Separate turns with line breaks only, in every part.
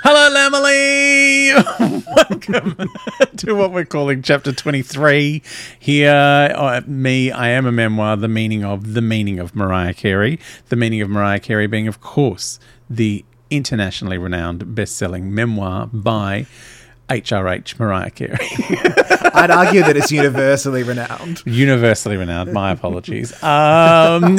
Hello, Emily. Welcome to what we're calling Chapter Twenty Three. Here, uh, me, I am a memoir. The meaning of the meaning of Mariah Carey. The meaning of Mariah Carey being, of course, the internationally renowned best-selling memoir by H.R.H. Mariah Carey.
I'd argue that it's universally renowned.
universally renowned. My apologies. Um,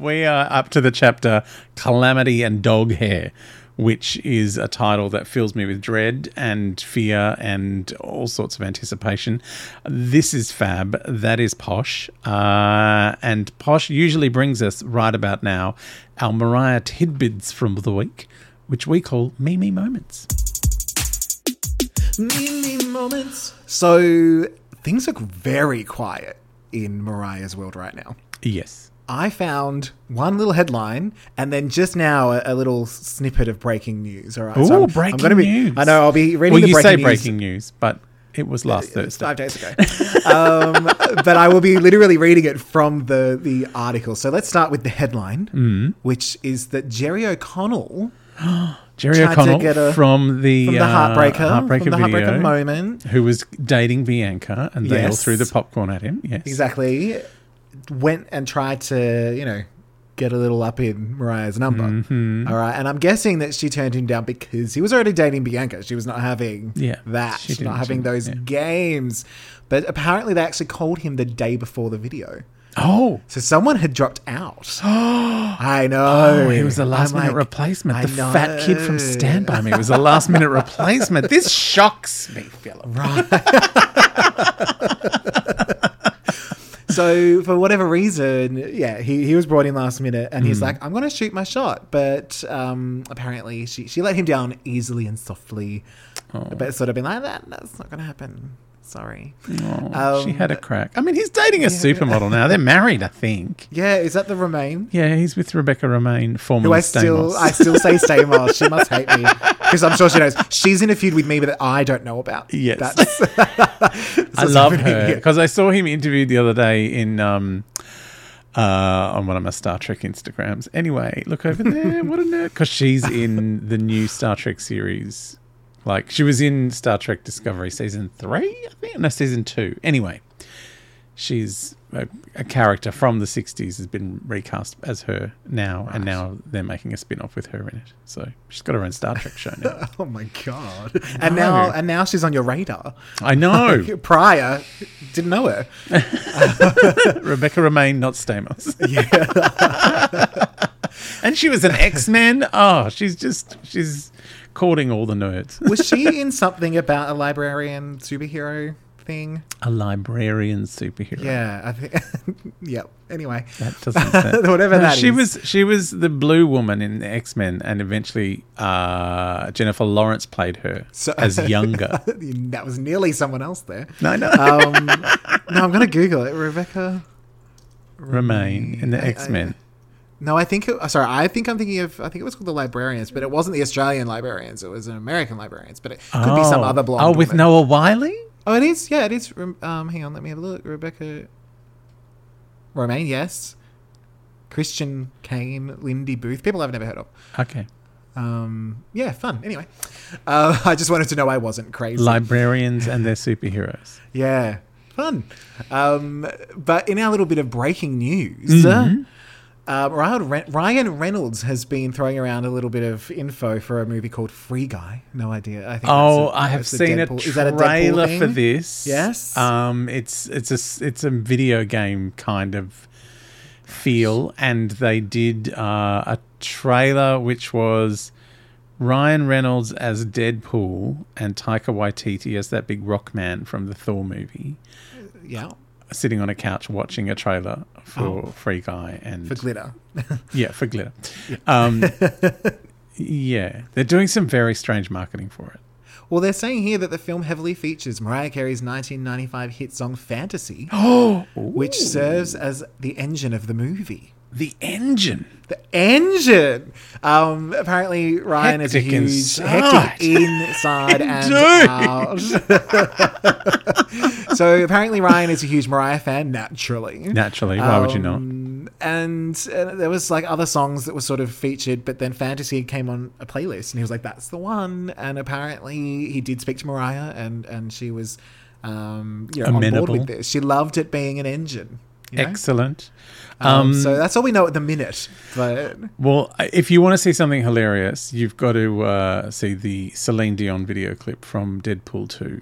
we are up to the chapter Calamity and Dog Hair, which is a title that fills me with dread and fear and all sorts of anticipation. This is fab. That is posh. Uh, and posh usually brings us right about now our Mariah tidbits from the week, which we call Mimi Moments. Mimi Moments.
So things look very quiet in Mariah's world right now.
Yes.
I found one little headline and then just now a, a little snippet of breaking news. All right.
Oh,
I'm- I'm
breaking
gonna be-
news.
I know. I'll be reading
well,
the
you
breaking
say
news. Uh,
breaking news, but it was last
It was
Thursday.
five days ago. um, but I will be literally reading it from the, the article. So let's start with the headline,
Mm.
which is that Jerry O'Connell
Jerry
Tried to
O'Connell
get a-
from the,
from the
uh,
Heartbreaker,
Heartbreaker
from the
video,
Heartbreaker moment,
who was dating Bianca, and they all
Yes.
threw the popcorn at him. Yes,
exactly, went and tried to, you know, get a little up in Mariah's number.
Mm-hmm.
All right. And I'm guessing that she turned him down because he was already dating Bianca. She was not having
Yeah,
that,
she didn't-
not having
she-
those
yeah.
games. But apparently they actually called him the day before the video.
Oh,
So someone had dropped out. I know.
oh, he was a last-minute
like,
replacement.
I
The fat kid from
know.
Stand by Me was a last-minute replacement. This shocks me, Philip.
So for whatever reason, yeah, he, he was brought in last minute and
Hmm.
he's like, I'm gonna shoot my shot. But um, apparently she, she let him down easily and softly. But sort of been like that that's not gonna happen. Sorry.
Oh, she
Um,
had a crack. I mean, he's dating a supermodel now. They're married, I think.
Yeah, is that the Remain?
Yeah, he's with Rebecca Romaine, formerly
Who I
Mm, Stamos.
still I still say Stamos. she must hate me. Because I'm sure she knows. She's in a feud with me that I don't know about.
Yes.
That's,
I
that's
love
pretty-
her
yeah.
because I saw him interviewed the other day in um, uh, on one of my Star Trek Instagrams. Anyway, look over there. what a nerd! Because she's in the new Star Trek series. Like she was in Star Trek Discovery season three, I think. No, season two. Anyway, she's a, a character from the '60s has been recast as her now, and now they're making a spin-off with her in it. So she's got her own Star Trek show now.
Oh my god! And
No. Oh.
now, and now she's on your radar.
I know
Prior, didn't know her.
Rebecca Romaine, not Stamos.
Yeah,
And she was an X Men. Oh, she's just she's courting all the nerds.
was she in something about a librarian superhero thing?
A librarian superhero.
Yeah, I think. yep. Anyway,
That doesn't sound-
Whatever that
she
is.
was she was the blue woman in the X Men, and eventually uh, Jennifer Lawrence played her
So-
as younger. Uh,
that was nearly someone else there.
no, no,
Um, no, I'm gonna Google it. Rebecca.
remain in the X Men.
No, I think. It, oh, sorry, I think I'm thinking of. I think it was called the librarians, but it wasn't the Australian librarians. It was an American librarians, but it could be some other blonde.
Oh, with
woman.
Noah Wiley.
Oh, it is. Yeah, it is. Rem- Um, hang on, let me have a look. Rebecca Romaine, yes. Christian Kane, Lindy Booth, people I've never heard of.
Okay,
Um, yeah, fun. Anyway, uh, I just wanted to know I wasn't crazy.
librarians and their superheroes.
yeah, fun. Um, but in our little bit of breaking news,
Mm-hmm.
uh, Ryan, Re- Ryan Reynolds has been throwing around a little bit of info for a movie called Free Guy. No idea. I think.
Oh,
that's a-
I have
that's a
seen
Deadpool-
a trailer
Is that a Deadpool
for
thing?
this.
Yes?
Um, it's it's a s- it's a video game kind of feel, and they did uh, a trailer which was Ryan Reynolds as Deadpool and Taika Waititi as that big rock man from the Thor movie,
Yeah,
sitting on a couch watching a trailer for Free Guy and
Oh. for glitter.
yeah for glitter. Um, yeah, they're doing some very strange marketing for it.
Well, they're saying here that the film heavily features Mariah Carey's 1995 hit song Fantasy,
Oh,
which serves as the engine of the movie.
the engine.
The engine. Um, apparently, Ryan is
Hectic
a huge
inside.
hectic inside and
Dude.
out. so apparently, Ryan is a huge Mariah fan naturally.
Naturally, why would you not?
Um, And uh, there was like other songs that were sort of featured, but then Fantasy came on a playlist, and he was like, "That's the one." And apparently, he did speak to Mariah, and and she was, um, you know, on
Amenable.
board with this. She loved it being an engine. You know?
Excellent.
Um,
um,
so that's all we know at the minute. But
Well, I- if you want to see something hilarious, you've got to uh, see the Celine Dion video clip from Deadpool 2.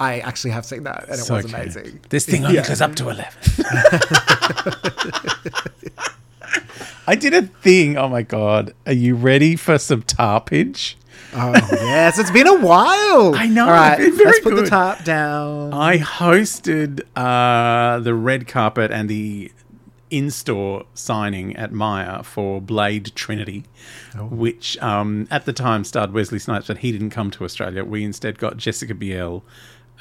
I actually have seen that, and it
So
was
good.
amazing.
This thing only
Yeah.
goes up to 11. I did a thing. Oh my God. Are you ready for some tarpage?
Oh yes, it's been a while.
I know,
All right,
it's been very
let's put
good. Oh,
the top down.
I hosted uh, the red carpet and the in store signing at Maya for Blade Trinity, which um, at the time starred Wesley Snipes, but he didn't come to Australia. We instead got Jessica Biel,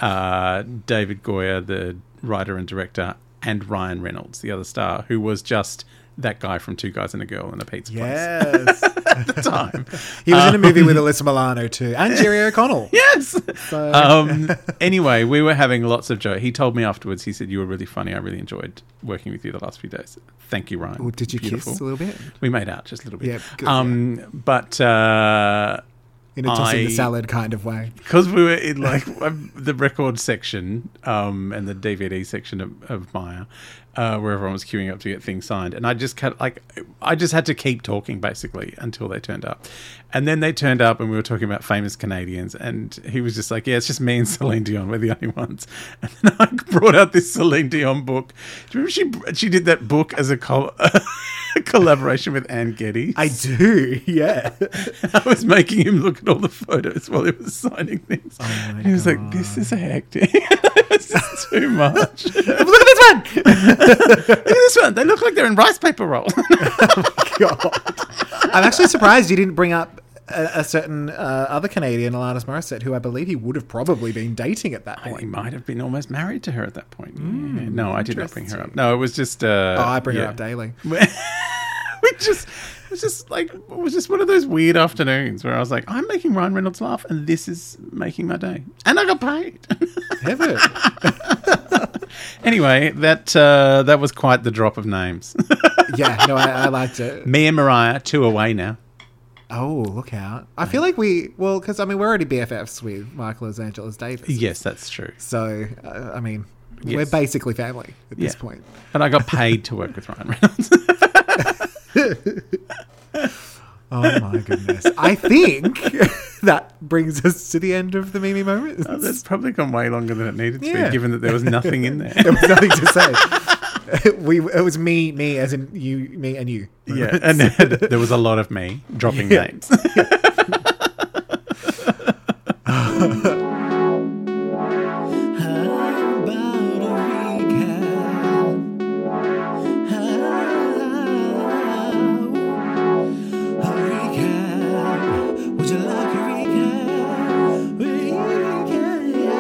uh, David Goyer, the writer and director, and Ryan Reynolds, the other star, who was just that guy from Two Guys and a Girl and a Pizza
yes,
Place at the time.
he was in a
Um,
movie with Alyssa Milano too, and Jerry O'Connell.
Yes.
So-
Um, anyway, we were having lots of joy. He told me afterwards. He said you were really funny. I really enjoyed working with you the last few days. Thank you, Ryan.
Well, did you
Beautiful.
kiss a little bit?
We made out just a little bit.
Yeah, good,
um, but. Uh,
In a tossing
I-
the salad kind of way.
because we were in like um, the record section um, and the DVD section of, of Maya, uh, where everyone was queuing up to get things signed, and I just kept like I just had to keep talking basically until they turned up, and then they turned up and we were talking about famous Canadians, and he was just like, "Yeah, it's just me and Celine Dion, we're the only ones." And then I brought out this Celine Dion book. Do you remember she she did that book as a, col- collaboration with Anne Getty?
I do, yeah.
I was making him look at all the photos while he was signing things.
Oh my
and he was like, This is hectic. it's just too much. look at
Look at this one!
this one. They look like they're in rice paper roll.
God. I'm actually surprised you didn't bring up a, a certain uh, other Canadian, Alanis Morissette, who I believe he would have probably been dating at that
Well, he
point.
might have been almost married to her at that point. Yeah. No, I did not bring her up. No, it was just. Uh,
Hmm, Oh, I bring
yeah.
her up daily.
we just. It was just like it was just one of those weird afternoons where I was like, I'm making Ryan Reynolds laugh, and this is making my day, and I got paid.
Heaven.
anyway, that uh, that was quite the drop of names.
yeah, no, I, I liked it.
Me and Mariah, two away now.
Oh, look out. I feel like we, well, because I mean, we're already BFFs with Michael as Angela's Davis.
Yes, that's true.
So, uh, I mean, we're
Yes.
basically family at this
Yeah.
point.
And I got paid to work with Ryan Reynolds.
Oh my goodness. I think that brings us to the end of the Mimi moments.
Oh, That's probably gone way longer than it needed to
Yeah.
be, given that there was nothing in
there
there.
was nothing to say. we it was me, me as in you, me and you.
yeah, and there was a lot of me dropping
Yeah.
names.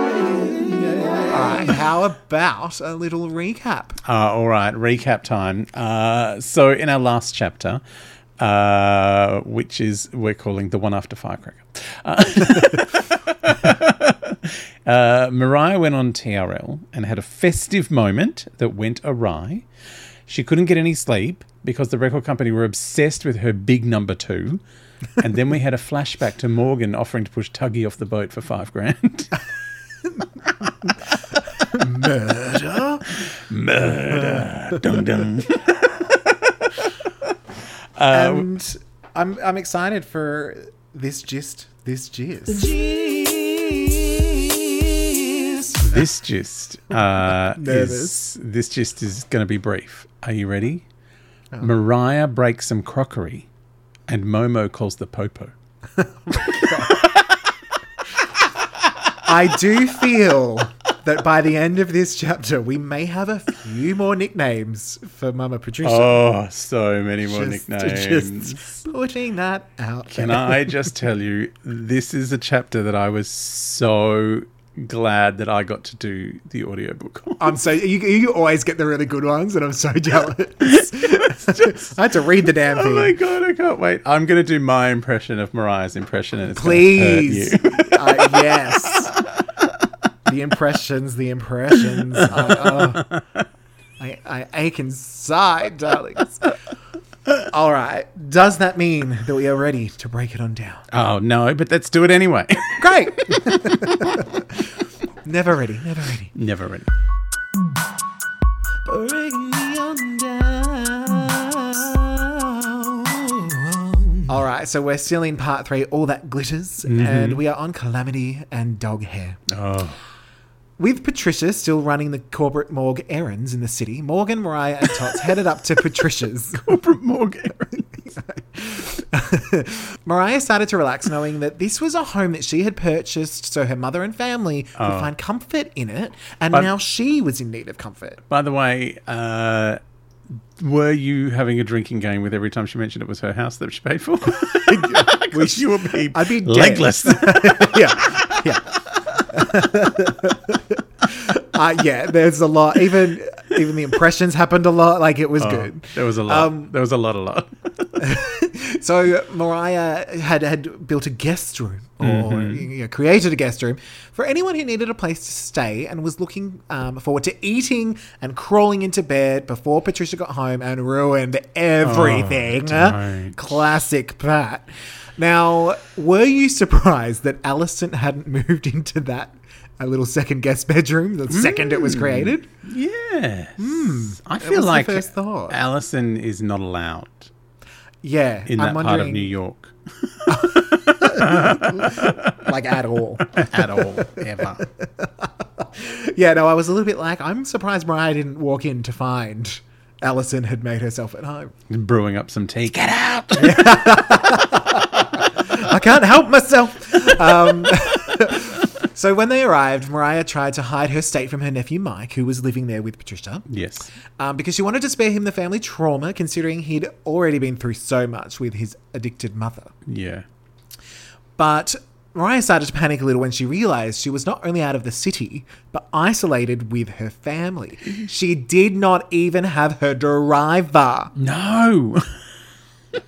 All right, how about a little recap?
Uh, all right, recap time. Uh, so, in our last chapter, uh, which is we're calling the one after firecracker, uh, uh, Mariah went on TRL and had a festive moment that went awry. She couldn't get any sleep because the record company were obsessed with her big number two. And then we had a flashback to Morgan offering to push Tuggy off the boat for five grand.
Murder.
Murder. dun dun. Um,
and I'm I'm excited for this gist. This gist.
this gist uh,
Nervous.
is this gist is going to be brief. Are you ready?
Oh.
Mariah breaks some crockery, and Momo calls the popo.
I do feel that by the end of this chapter, we may have a few more nicknames for Mama Patricia.
Oh, so many more nicknames.
Just putting that out.
Can
there.
I just tell you, this is a chapter that I was so glad that I got to do the audiobook on.
I'm so you, you always get the really good ones, and I'm so jealous. I had to read the damn
Oh
thing.
my god, I can't wait. I'm gonna do my impression of Mariah's impression and it's gonna
Please,
hurt you.
uh, yes. The impressions, the impressions. I, oh, I, I ache inside, darlings. All right. Does that mean that we are ready to break it on down?
Oh no, but let's do it anyway.
Great. never ready. Never ready.
Never ready.
All right. So we're still in part three. All that glitters,
Mm-hmm.
and we are on calamity and dog hair.
Oh.
With Patricia still running the corporate morgue errands in the city, Morgan, Mariah, and Tots headed up to Patricia's.
Corporate Morgan.
Mariah started to relax, knowing that this was a home that she had purchased so her mother and family would find comfort in it, and now she was in need of comfort.
By the way, uh were you having a drinking game with every time she mentioned it was her house that she paid for? Because you would be,
I'd be dead.
legless.
yeah, yeah. uh, yeah, there's a lot. Even even the impressions happened a lot. Like it was
Oh,
good.
there was a lot.
Um,
there was a lot, a lot.
So Mariah had had built a guest room or
Mm-hmm.
you know, created a guest room for anyone who needed a place to stay and was looking um, forward to eating and crawling into bed before Patricia got home and ruined everything.
Oh, don't.
Classic Pat. Now, were you surprised that Allison hadn't moved into that a little second guest bedroom the second it
Mm.
was created?
Yes. Hmm. I
was
feel
the
like
first thought.
Allison is not allowed
Yeah,
in
I'm
that part of
wondering,
New York
like at all.
at all, ever.
Yeah, no, I was a little bit like, I'm surprised Mariah didn't walk in to find Allison had made herself at home.
Brewing up some tea. Get out!
I can't help myself. Um, so when they arrived, Mariah tried to hide her state from her nephew Mike, who was living there with Patricia,
yes.
um, because she wanted to spare him the family trauma, considering he'd already been through so much with his addicted mother.
Yeah.
But Mariah started to panic a little when she realized she was not only out of the city, but isolated with her family. She did not even have her driver.
No.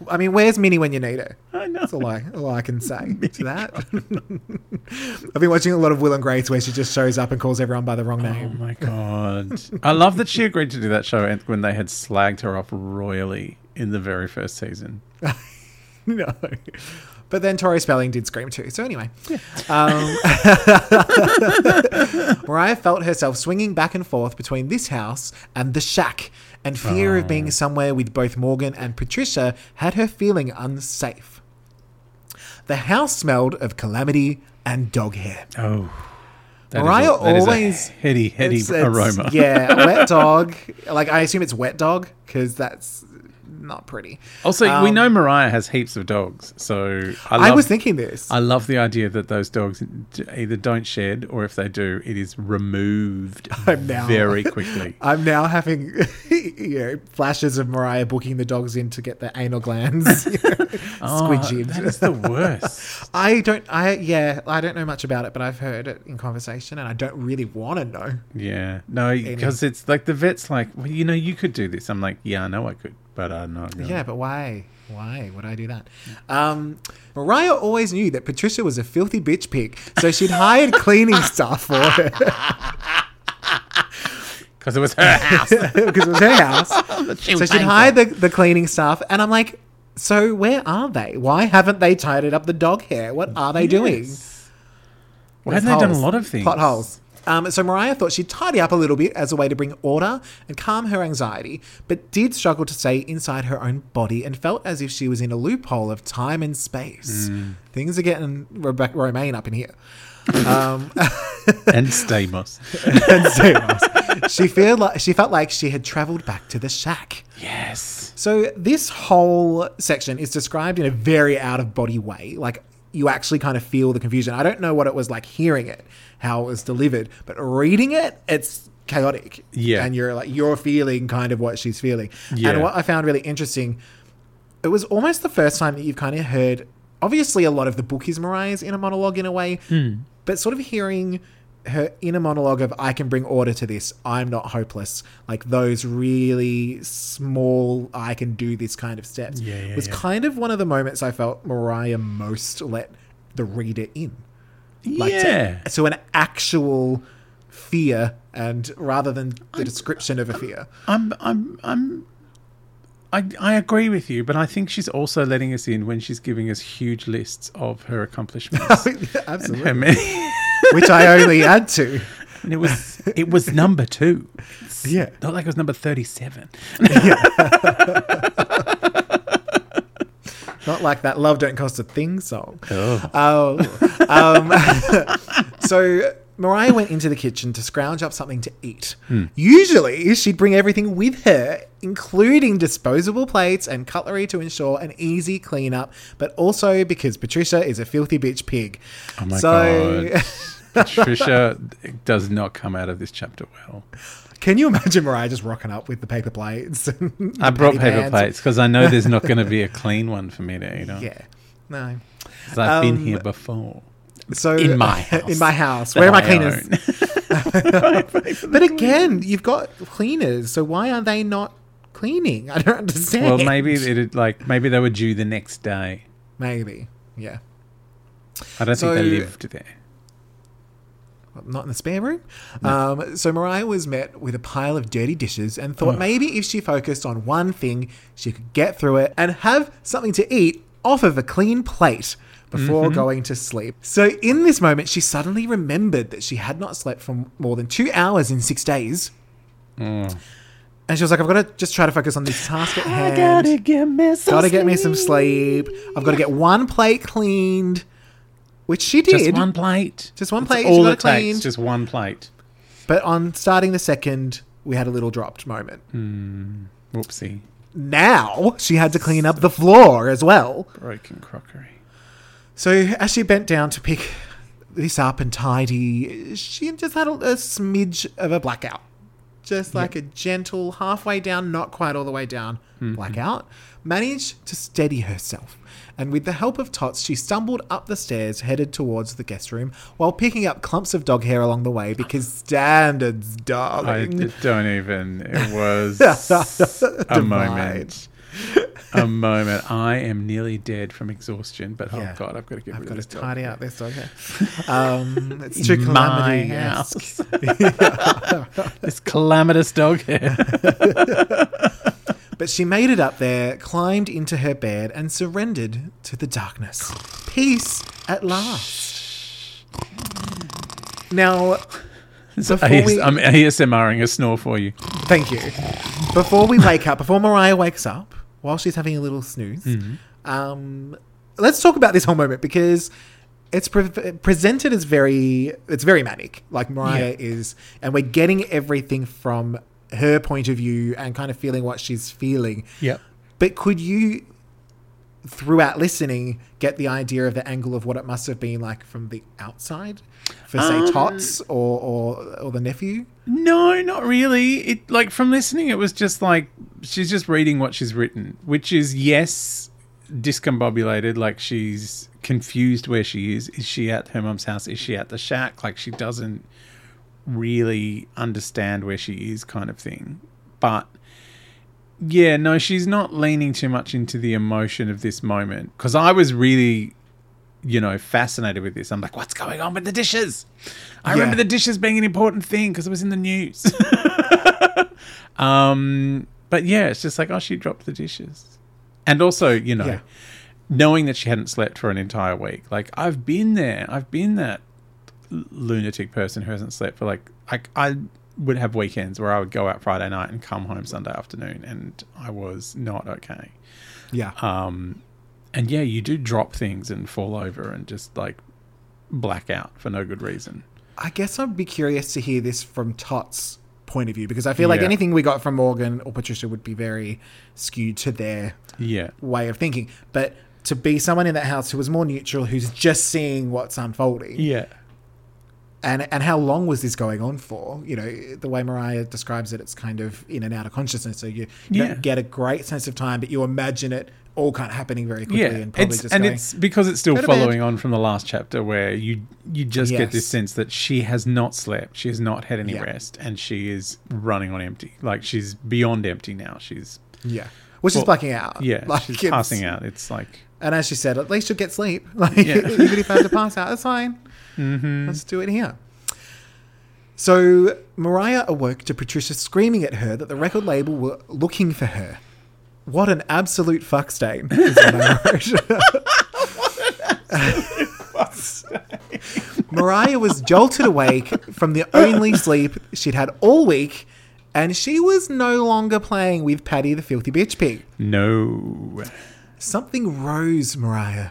I mean, where's Minnie when you need her?
I know.
That's all I, all I can say to that. I've been watching a lot of Will and Grace where she just shows up and calls everyone by the wrong
Oh
name.
my god. I love that she agreed to do that show and- when they had slagged her off royally in the very first season.
no. But then Tori Spelling did scream too. So anyway, um, Mariah felt herself swinging back and forth between this house and the shack, and fear of being somewhere with both Morgan and Patricia had her feeling unsafe. The house smelled of calamity and dog hair.
Oh. That is
Mariah
a- that is a
always-
heady, heady
It's- it's-
aroma.
Yeah, wet dog. Like I assume it's wet dog because that's not pretty.
Also, we
Um,
know Mariah has heaps of dogs, so I,
I
love,
was thinking this.
I love the idea that those dogs d- either don't shed or if they do, it is removed
I'm now-
very quickly.
I'm now having you know flashes of Mariah booking the dogs in to get their anal glands you know,
Oh,
squidged.
that is the worst.
I don't. I yeah. I don't know much about it, but I've heard it in conversation, and I don't really want to know.
yeah. No, because it's like the vet's like, well, you know, you could do this. I'm like, yeah, I know I could, but uh, I'm not going
Yeah, but why? Why would I do that? Um, Mariah always knew that Patricia was a filthy bitch pig, so she'd hired cleaning staff for her.
Because it was her house.
because it was her house.
she
so she'd hire the, the cleaning staff, and I'm like, so where are they? Why haven't they tidied up the dog hair? What are they doing?
Why haven't they done a lot of things?
Potholes. Um, so Mariah thought she'd tidy up a little bit as a way to bring order and calm her anxiety, but did struggle to stay inside her own body and felt as if she was in a loophole of time and space.
Mm.
Things are getting Rebecca Romaine up in here. Um,
And Stamos.
and so she felt like she felt like she had travelled back to the shack.
yes.
So this whole section is described in a very out of body way. Like you actually kind of feel the confusion. I don't know what it was like hearing it, how it was delivered, but reading it, it's chaotic.
Yeah.
And you're like you're feeling kind of what she's feeling.
Yeah.
And what I found really interesting, it was almost the first time that you've kind of heard obviously a lot of the book is Mariah's inner monologue in a way,
Hmm.
but sort of hearing her inner monologue of I can bring order to this, I'm not hopeless. Like those really small I can do this kind of steps
Yeah, yeah,
was
yeah.
kind of one of the moments I felt Mariah most let the reader in. to-
yeah.
So an actual fear, and rather than the description of a fear.
I'm I'm I'm I I agree with you, but I think she's also letting us in when she's giving us huge lists of her accomplishments. and
Absolutely.
her many,
Which I only add to.
and it was it was number two. It's
Yeah.
Not like it was number thirty seven.
Not like that love don't cost a thing song.
Oh.
Oh. Um, so Mariah went into the kitchen to scrounge up something to eat.
Hmm.
Usually, she'd bring everything with her, including disposable plates and cutlery to ensure an easy cleanup, but also because Patricia is a filthy bitch pig.
Oh my
so,
god. Patricia does not come out of this chapter well.
can you imagine Mariah just rocking up with the paper plates? and
I brought
patty
paper
pans?
plates because I know there's not going to be a clean one for me to eat on.
Yeah. No.
'Cause I've been
Um,
here before.
So
In my house.
in my house.
that
Where are my
I
cleaners?
own.
But again, you've got cleaners, so why are they not cleaning? I don't understand.
Well, maybe it had, like maybe they were due the next day.
maybe, yeah,
I don't think they
So-
lived there.
Well, not in the spare room. Um, so Mariah was met with a pile of dirty dishes and thought maybe if she focused on one thing, she could get through it and have something to eat off of a clean plate. Before
Mm-hmm.
going to sleep. So, in this moment, she suddenly remembered that she had not slept for more than two hours in six days.
Mm.
And she was like, I've got to just try to focus on this task at hand.
get me some.
Gotta get me some sleep. I've got to get one plate cleaned, which she did.
Just one plate.
Just one
That's
plate, she
All
got it
it
cleaned.
takes. Just one plate.
But on starting the second, we had a little dropped moment.
Hmm. Whoopsie.
Now she had to clean up the floor as well.
Broken crockery.
So as she bent down to pick this up and tidy, she just had a, a smidge of a blackout. Just like a gentle, halfway down, not quite all the way down,
Mm-hmm.
blackout. Managed to steady herself. And with the help of Tots, she stumbled up the stairs, headed towards the guest room, while picking up clumps of dog hair along the way because standards,
I
darling.
d- don't even. It was a
Divine.
moment. A moment. I am nearly dead from exhaustion, but oh
Yeah.
god, I've got to get
I've
rid
got
of
to
this. dog.
tidy out this dog hair. Um, it's too
In
calamity.
my
yes.
house. this calamitous dog hair.
But she made it up there, climbed into her bed, and surrendered to the darkness. Peace at last. Now, before we,
I'm ASMRing a snore for you.
thank you. Before we wake up, before Mariah wakes up, while she's having a little snooze, um, let's talk about this whole moment because it's pre- presented as very, it's very manic. Like Mariah is, and we're getting everything from her point of view and kind of feeling what she's feeling.
Yep.
But could you, throughout listening, get the idea of the angle of what it must have been like from the outside, for say
Um,
Tots or, or or the nephew?
No, not really. It like from listening, it was just like she's just reading what she's written, which is yes, discombobulated. Like she's confused where she is. Is she at her mum's house? Is she at the shack? Like she doesn't really understand where she is, kind of thing. But yeah, no, she's not leaning too much into the emotion of this moment because I was really you know, fascinated with this. I'm like, what's going on with the dishes? I
Yeah.
remember the dishes being an important thing because it was in the news. um, but yeah, it's just like, oh, she dropped the dishes. And also, you know,
Yeah.
knowing that she hadn't slept for an entire week. Like, I've been there. I've been that l- lunatic person who hasn't slept for like, I, I would have weekends where I would go out Friday night and come home Sunday afternoon, and I was not okay
Yeah,
um, and yeah, you do drop things and fall over and just like black out for no good reason.
I guess I'd be curious to hear this from Tots' point of view because I feel like
Yeah.
anything we got from Morgan or Patricia would be very skewed to their
Yeah,
way of thinking. But to be someone in that house who was more neutral, who's just seeing what's unfolding.
Yeah.
And and how long was this going on for? You know, the way Mariah describes it, it's kind of in and out of consciousness. So you, you
Yeah.
don't get a great sense of time, but you imagine it all kind of happening very quickly
Yeah,
and probably
it's,
just
and
going,
it's because it's still
"Go to bed."
following on from the last chapter where you you just get this
Yes.
sense that she has not slept, she has not had any
Yeah.
rest, and she is running on empty. Like she's beyond empty now. She's
yeah. Well, she's
Well,
blacking out.
yeah,
Like,
she's
it's-
passing out. It's like
And as she said, at least you'll get sleep. Like,
Yeah.
even if I have to pass out, that's fine. Let's do it here. So Mariah awoke to Patricia screaming at her that the record label were looking for her. What an absolute fuck stain! Is what I wrote. Mariah was jolted awake from the only sleep she'd had all week, and she was no longer playing with Patty the filthy bitch pig.
no.
Something rose Mariah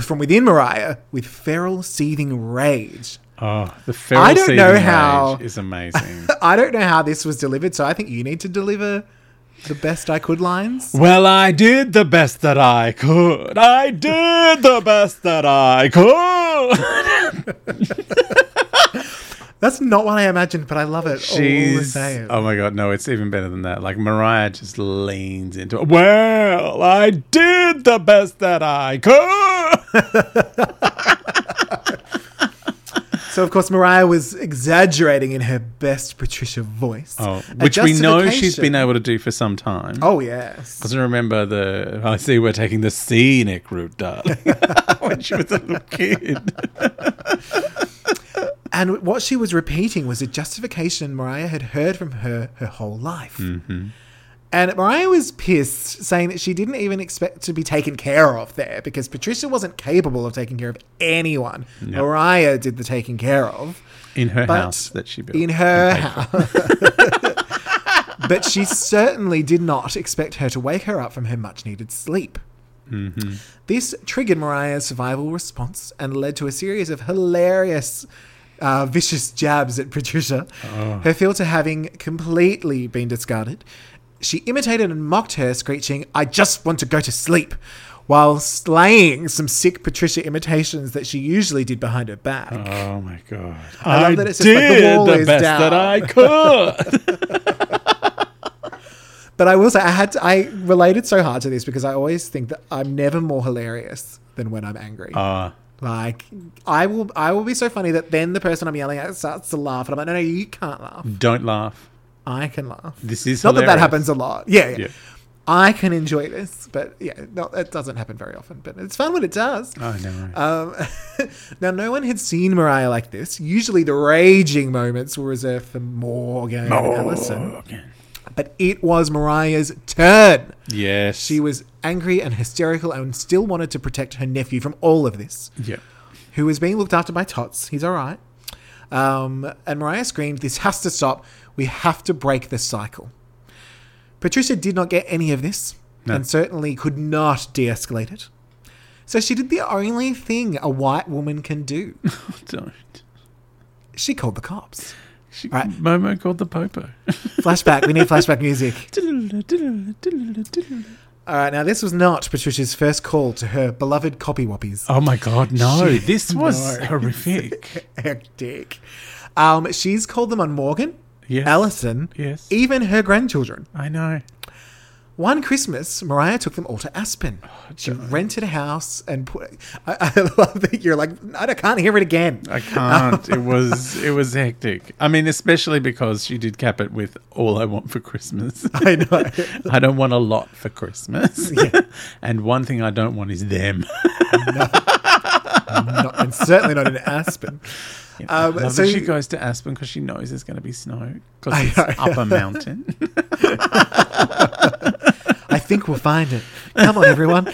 from within Mariah with feral, seething rage.
Oh, the feral
I don't know
seething
how-
rage is amazing.
I don't know how this was delivered, so I think you need to deliver the best I could lines.
well, I did the best that I could. I did the best that I could.
That's not what I imagined, but I love it all the
She's
same.
oh my god, no, it's even better than that. Like Mariah just leans into it. Well, I did the best that I could.
So, of course, Mariah was exaggerating in her best Patricia voice.
Oh,
A
which we know she's
justification-
been able to do for some time.
Oh, yes.
Because I remember the I see we're taking the scenic route, darling. when she was a little kid.
And what she was repeating was a justification Mariah had heard from her her whole life. And Mariah was pissed, saying that she didn't even expect to be taken care of there because Patricia wasn't capable of taking care of anyone. Mariah did the taking care of
In her
But
house that she built.
in her house. but she certainly did not expect her to wake her up from her much needed sleep.
Mm-hmm.
This triggered Mariah's survival response and led to a series of hilarious, uh, vicious jabs at Patricia,
Oh.
her filter having completely been discarded. She imitated and mocked her, screeching, I just want to go to sleep, while slaying some sick Patricia imitations that she usually did behind her back.
Oh my god.
I love that it's just like the wall is
best
down.
that I could.
But I will say I had to, I related so hard to this because I always think that I'm never more hilarious than when I'm angry.
uh,
like I will I will be so funny that then the person I'm yelling at starts to laugh and I'm like, no no you can't laugh.
don't laugh.
I can laugh.
This is
Not that that
hilarious.
happens a lot. Yeah, yeah.
Yeah.
I can enjoy this, but yeah, no, it doesn't happen very often. But it's fun when it does.
Oh no.
Um, now, no one had seen Mariah like this. Usually, the raging moments were reserved for Morgan and Allison,
Morgan.
but it was Mariah's turn.
Yes.
She was angry and hysterical and still wanted to protect her nephew from all of this,
yeah.
who was being looked after by Tots. He's all right. Um, and Mariah screamed, This has to stop. We have to break the cycle. Patricia did not get any of this
No.
and certainly could not de escalate it. So she did the only thing a white woman can do
Don't.
she called the cops.
She,
Right.
Momo called the Popo.
Flashback. We need flashback music. All right. Now, this was not Patricia's first call to her beloved copy whoppies.
oh my god, no.
She-
this was
no.
horrific.
hectic. Um, she's called them on Morgan,
Yes.
Allison,
Yes.
even her grandchildren.
I know.
One Christmas, Mariah took them all to Aspen.
Oh,
she rented a house and put. I, I love that you're like, I don't- can't hear it again.
I can't. it was it was hectic. I mean, especially because she did cap it with all I want for Christmas.
I know.
I don't want a lot for Christmas. and one thing I don't want is them.
Not- and certainly not in Aspen.
I
Um,
love
so
that she goes to Aspen because she knows there's going to be snow because
I
it's
know.
up a mountain.
I think we'll find it. Come on, everyone.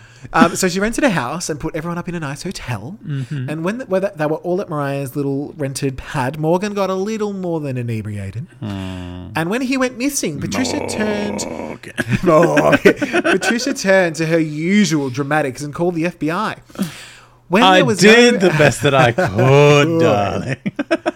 um, so she rented a house and put everyone up in a nice hotel. And when the, where they were all at Mariah's little rented pad, Morgan got a little more than inebriated. And when he went missing, Patricia turned.
Oh, Okay.
Morgan. Patricia turned to her usual dramatics and called the FBI. When
I
there was
did
no-
the best that I could, darling.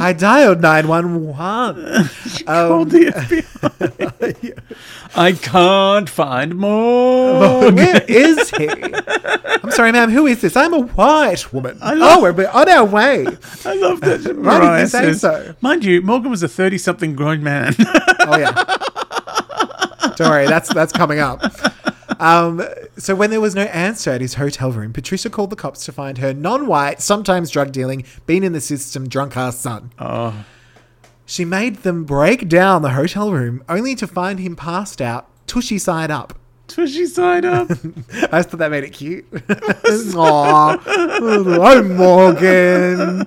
I dialed nine one one.
Called the FBI. I can't find more.
Oh, Where is he? I'm sorry, ma'am. Who is this? I'm a white woman. oh, we're, we're on our way.
I love that.
Why did
Mariah
you say
says,
so?
Mind you, Morgan was a 30 something grown man.
Oh yeah. Don't worry, that's that's coming up. Um, so when there was no answer at his hotel room, Patricia called the cops to find her non-white, sometimes drug dealing, been in the system, drunk ass son.
oh,
She made them break down the hotel room, only to find him passed out, tushy side up.
Tushy side up. Oh,
I just thought that made it cute. Aw, hello, Morgan.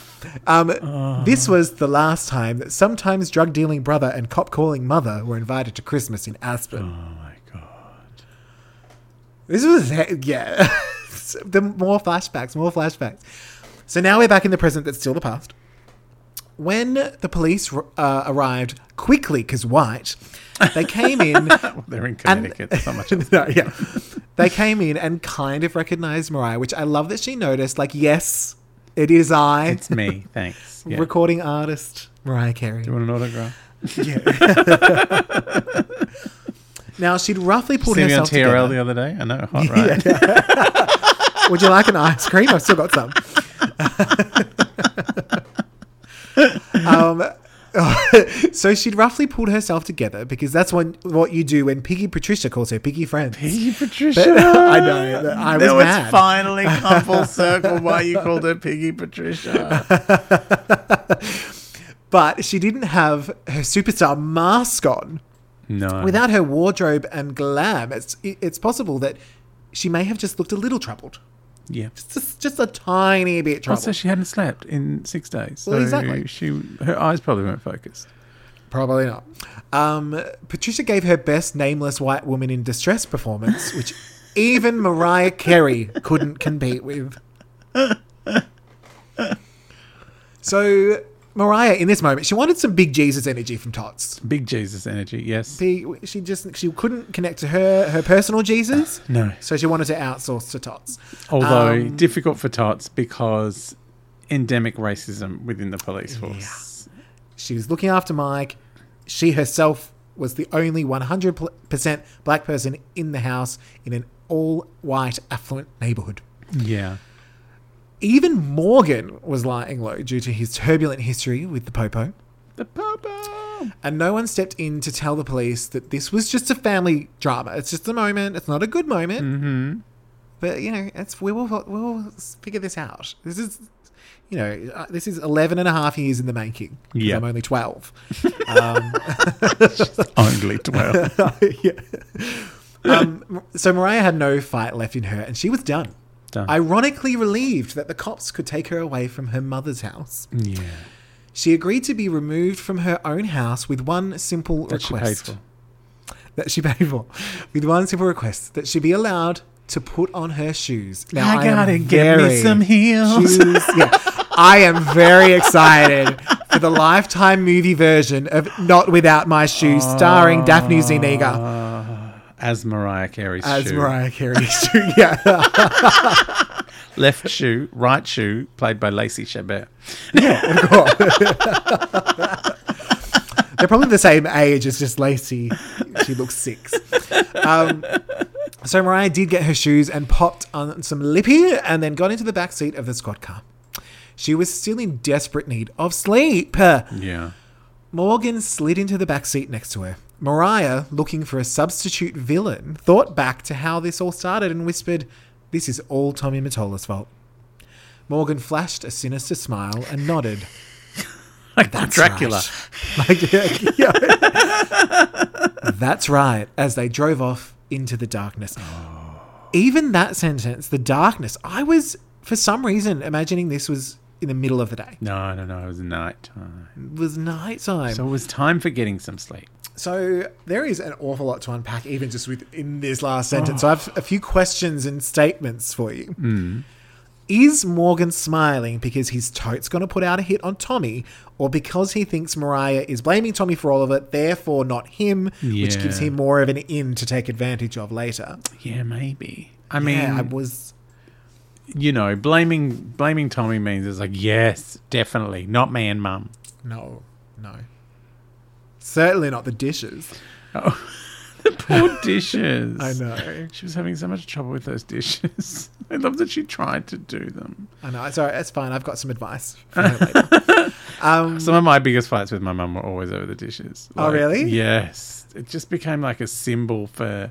um, This was the last time that sometimes drug dealing brother and cop calling mother were invited to Christmas in Aspen.
oh my God.
This was, yeah. the more flashbacks, more flashbacks. So now we're back in the present that's still the past. When the police uh, arrived quickly, because white, they came in
Well, they're in
And-
Connecticut. so much. else.
no, yeah. They came in and kind of recognized Mariah, which I love that she noticed, like, yes, it is I,
It's me. Thanks. Yeah. Do
recording artist Mariah Carey.
you want an autograph?
Now, she'd roughly pulled
See me on
herself together.
TRL the other day. I know. Hot, right?
Would you like an ice cream? I've still got some. um, so she'd roughly pulled herself together because that's what, what you do when Piggy Patricia calls her Piggy Friends.
Piggy Patricia.
I know, that- I was
Now it's
mad.
finally come full circle why you called her Piggy Patricia.
But she didn't have her superstar mask on.
No.
Without her wardrobe and glam, it's it- it's possible that she may have just looked a little troubled,
yeah.
just just a tiny bit troubled.
Also, she hadn't slept in six days. So
Well, exactly.
She her eyes probably weren't focused.
Probably not. Um, Patricia gave her best nameless white woman in distress performance, which even Mariah Carey couldn't compete with. So Mariah, in this moment, she wanted some big Jesus energy from Tots.
Big Jesus energy. Yes.
She she just she couldn't connect to her her personal Jesus,
no.
so she wanted to outsource to Tots.
Although
Um,
difficult for Tots because endemic racism within the police force.
She was looking after Mike. She herself was the only 100% black person in the house in an all white affluent neighborhood.
Yeah.
Even Morgan was lying low due to his turbulent history with the Popo,
The Papa.
and no one stepped in to tell the police that this was just a family drama. It's just a moment, it's not a good moment. Mm-hmm. But, you know, it's, we, will, we will figure this out. This is, you know, uh, this is 11 and a half years in the making. 'cause
Yeah.
I'm only Um, 12.
Only 12.
yeah. Um, so Mariah had no fight left in her, and she was done.
Done.
Ironically relieved that the cops could take her away from her mother's house.
yeah.
She agreed to be removed from her own house with one simple
That she paid
request
for.
that she paid for. With one simple request that she be allowed to put on her shoes. Now am very-
heels.
shoes. yeah. I am very excited for the lifetime movie version of Not Without My Shoes, starring Daphne Zuniga.
As Mariah Carey's
as
shoe.
Mariah Carey's shoe. Yeah,
Left shoe, right shoe, played by Lacey Chabert.
yeah, of course. They're probably the same age. It's just Lacey. She looks six. Um, so Mariah did get her shoes and popped on some lippy, and then got into the back seat of the squad car. She was still in desperate need of sleep.
Yeah.
Morgan slid into the back seat next to her. Mariah, looking for a substitute villain, thought back to how this all started and whispered, This is all Tommy Mottola's fault. Morgan flashed a sinister smile and nodded.
Like Dracula.
right. Like, yeah, yeah. That's right, as they drove off into the darkness. Even that sentence, the darkness, I was, for some reason, imagining this was in the middle of the day.
No, no, no. It was night time.
It was nighttime.
So it was time for getting some sleep.
So there is an awful lot to unpack, even just within this last
Oh.
sentence. So I have a few questions and statements for you.
Hmm.
Is Morgan smiling because his tote's going to put out a hit on Tommy, or because he thinks Mariah is blaming Tommy for all of it, therefore not him, which
Yeah.
gives him more of an in to take advantage of later?
Yeah, maybe. I mean,
yeah, I was.
you know, blaming blaming Tommy means it's like, yes, definitely, not me and mum.
No, no. Certainly not the dishes.
Oh, the poor dishes.
I know.
She was having so much trouble with those dishes. I love that she tried to do them.
I know. It's all right. It's fine. I've got some advice for her later. Um,
Some of my biggest fights with my mum were always over the dishes.
Oh, really?
Yes. It just became like a symbol for,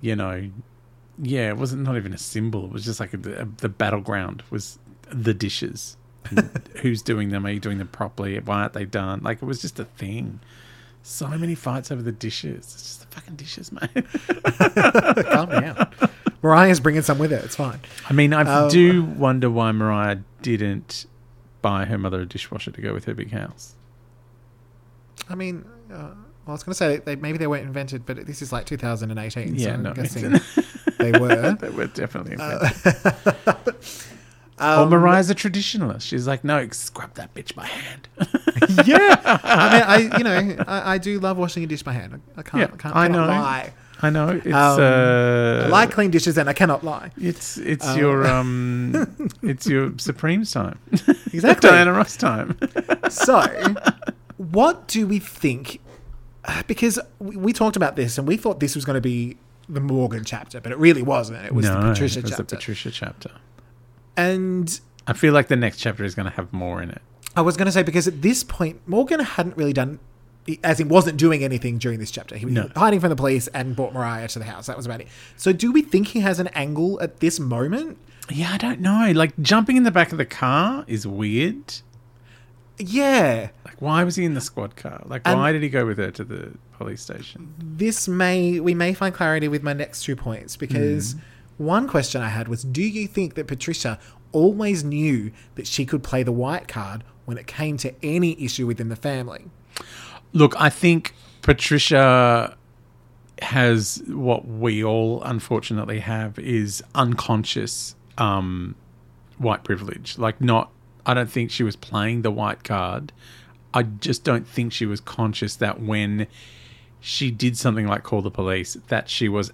you know, yeah, it wasn't not even a symbol. It was just like a, a, the battleground was the dishes. And Who's doing them? Are you doing them properly? Why aren't they done? Like it was just a thing. So many fights over the dishes. It's just the fucking dishes, mate.
calm down. Mariah's bringing some with her. It's fine.
I mean, I
Oh.
do wonder why Mariah didn't buy her mother a dishwasher to go with her big house.
I mean, uh, well, I was going to say they, maybe they weren't invented, but this is like 2018. so
Yeah,
I'm
no, Uh,
guessing they were.
they were definitely. invented.
Um,
Or Mariah's a traditionalist. She's like, no, scrub that bitch by hand.
yeah. I mean, I you know, I, I do love washing a dish by hand. I can't,
Yeah,
I can't
I
cannot
know.
lie.
I know it's
Um,
uh,
I like clean dishes and I cannot lie.
it's it's
Oh.
your um it's your Supreme's time,
Exactly.
Diana Ross time.
So, what do we think? uh, Because we, we talked about this and we thought this was going to be the Morgan chapter, but it really wasn't. It was the Patricia
it was
chapter.
the Patricia chapter.
and
I feel like the next chapter is going to have more in it.
I was going to say because at this point Morgan hadn't really done, as he wasn't doing anything during this chapter. He was
No.
hiding from the police and brought Mariah to the house. That was about it. So do we think he has an angle at this moment?
Yeah, I don't know. Like jumping in the back of the car is weird.
Yeah,
Like, why was he in the squad car? Like,
And-
why did he go with her to the police station?
this may we may find clarity with my next two points because one question I had was: Do you think that Patricia always knew that she could play the white card when it came to any issue within the family?
Look, I think Patricia has what we all unfortunately have is unconscious um, white privilege. Like, not, I don't think she was playing the white card. I just don't think she was conscious that when she did something like call the police, that she was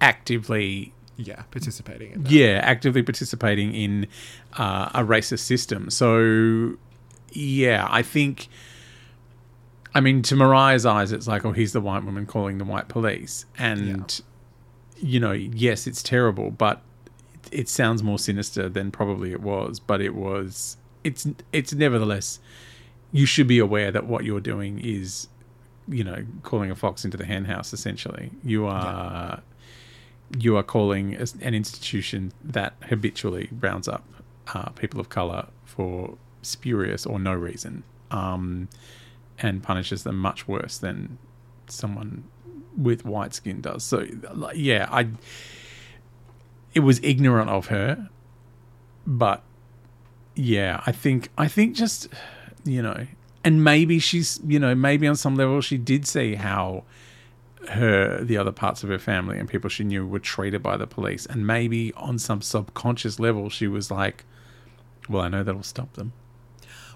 actively
Yeah, participating. In that.
yeah, actively participating in uh, a racist system. So, yeah, I think. I mean, to Mariah's eyes, it's like, oh, he's the white woman calling the white police, and you know, yes, it's terrible, but it, it sounds more sinister than probably it was. But it was. It's it's nevertheless, you should be aware that what you're doing is, you know, calling a fox into the henhouse. Essentially, you are you are calling as- an institution that habitually rounds up uh, people of color for spurious or no reason um, and punishes them much worse than someone with white skin does. So, like, yeah, I it was ignorant of her, but yeah, I think I think just you know, and maybe she's you know maybe on some level she did see how her the other parts of her family and people she knew were treated by the police and maybe on some subconscious level she was like well i know that'll stop them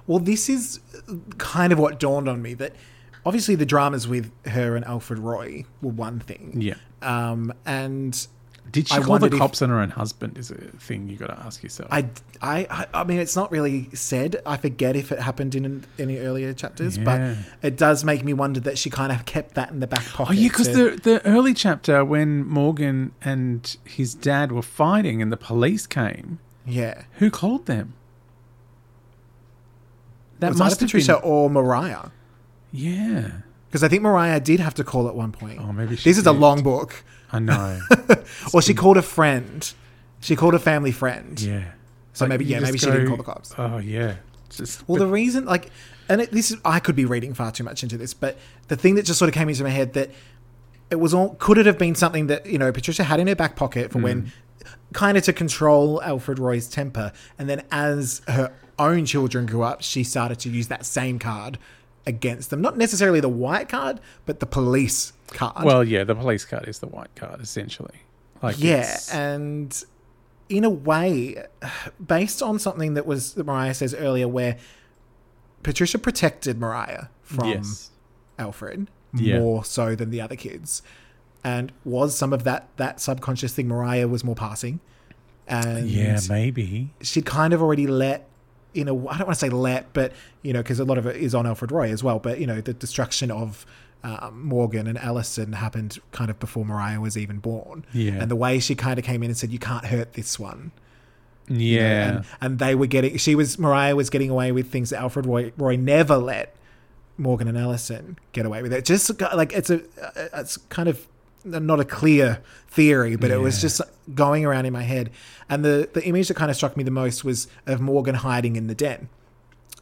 Well, this is kind of what dawned on me that obviously the dramas with her and Alfred Roy were one thing.
yeah
Um, and
did she
I
call the
wondered if-
cops on her own husband is a thing you got to ask yourself
I, I, I- I mean, it's not really said. I forget if it happened in any earlier chapters,
Yeah.
but it does make me wonder that she kind of kept that in the back pocket.
Oh yeah, because
to-
the the early chapter when Morgan and his dad were fighting and the police came,
yeah,
who called them? That
was
must
either
have
Patricia
been
or Mariah,
yeah.
because I think Mariah did have to call at one point.
Oh, maybe she
this is a
did.
long book.
I know.
or she called a friend. She called a family friend.
yeah.
So maybe-
you
yeah,
just
maybe she didn't call the cops.
Oh yeah. Just
Well, the reason, like, and it, this is, I could be reading far too much into this, but the thing that just sort of came into my head that it was all, could it have been something that, you know, Patricia had in her back pocket for when, kind of to control Alfred Roy's temper. And then as her own children grew up, she started to use that same card against them. Not necessarily the white card, but the police card.
well, yeah, the police card is the white card essentially. Like
Yeah, uh,
it's-
and in a way, based on something that was that Mariah says earlier, where Patricia protected Mariah from
yes.
Alfred
Yeah.
more so than the other kids, and was some of that that subconscious thing Mariah was more passing, and
Yeah, maybe.
she'd kind of already let in a I don't want to say let, but you know, because a lot of it is on Alfred Roy as well. But you know, the destruction of uh, Morgan and Ellison happened kind of before Mariah was even born.
Yeah.
And the way she kind of came in and said, "You can't hurt this one," you know,
Yeah.
and, and they were getting she was Mariah was getting away with things that Alfred Roy, Roy never let Morgan and Ellison get away with. It just got- like it's a uh, it's kind of not a clear theory, but it was
Yeah.
just going around in my head. And the the image that kind of struck me the most was of Morgan hiding in the den.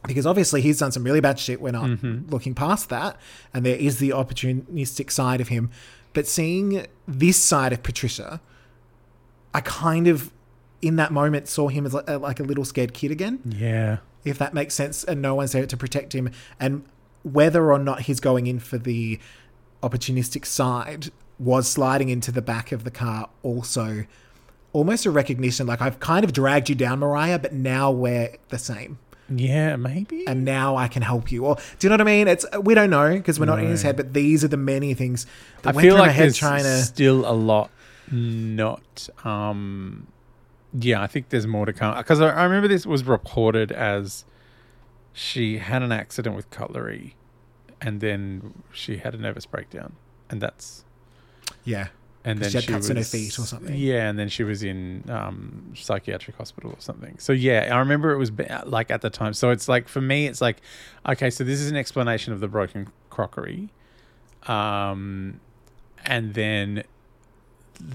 Because obviously he's done some really bad shit. We're not
Mm-hmm.
looking past that, and there is the opportunistic side of him. But seeing this side of Patricia, I kind of, in that moment, saw him as like, like a little scared kid again,
yeah.
if that makes sense. And no one's there to protect him. And whether or not he's going in for the opportunistic side was sliding into the back of the car also almost a recognition like I've kind of dragged you down, Mariah, but now we're the same.
Yeah, maybe.
And now I can help you. Or do you know what I mean? It's uh, we don't know because we're not in his
No.
head. But these are the many things that
I
went
feel
through
like
my head
there's
trying to
still a lot not. Um, yeah, I think there's more to come because I, I remember this was reported as she had an accident with cutlery, and then she had a nervous breakdown, and that's
yeah.
and then
She had cuts in her feet or something.
Yeah, and then she was in um, psychiatric hospital or something. So yeah, I remember it was ba- like at the time. So it's like for me, it's like okay, so this is an explanation of the broken crockery, um, and then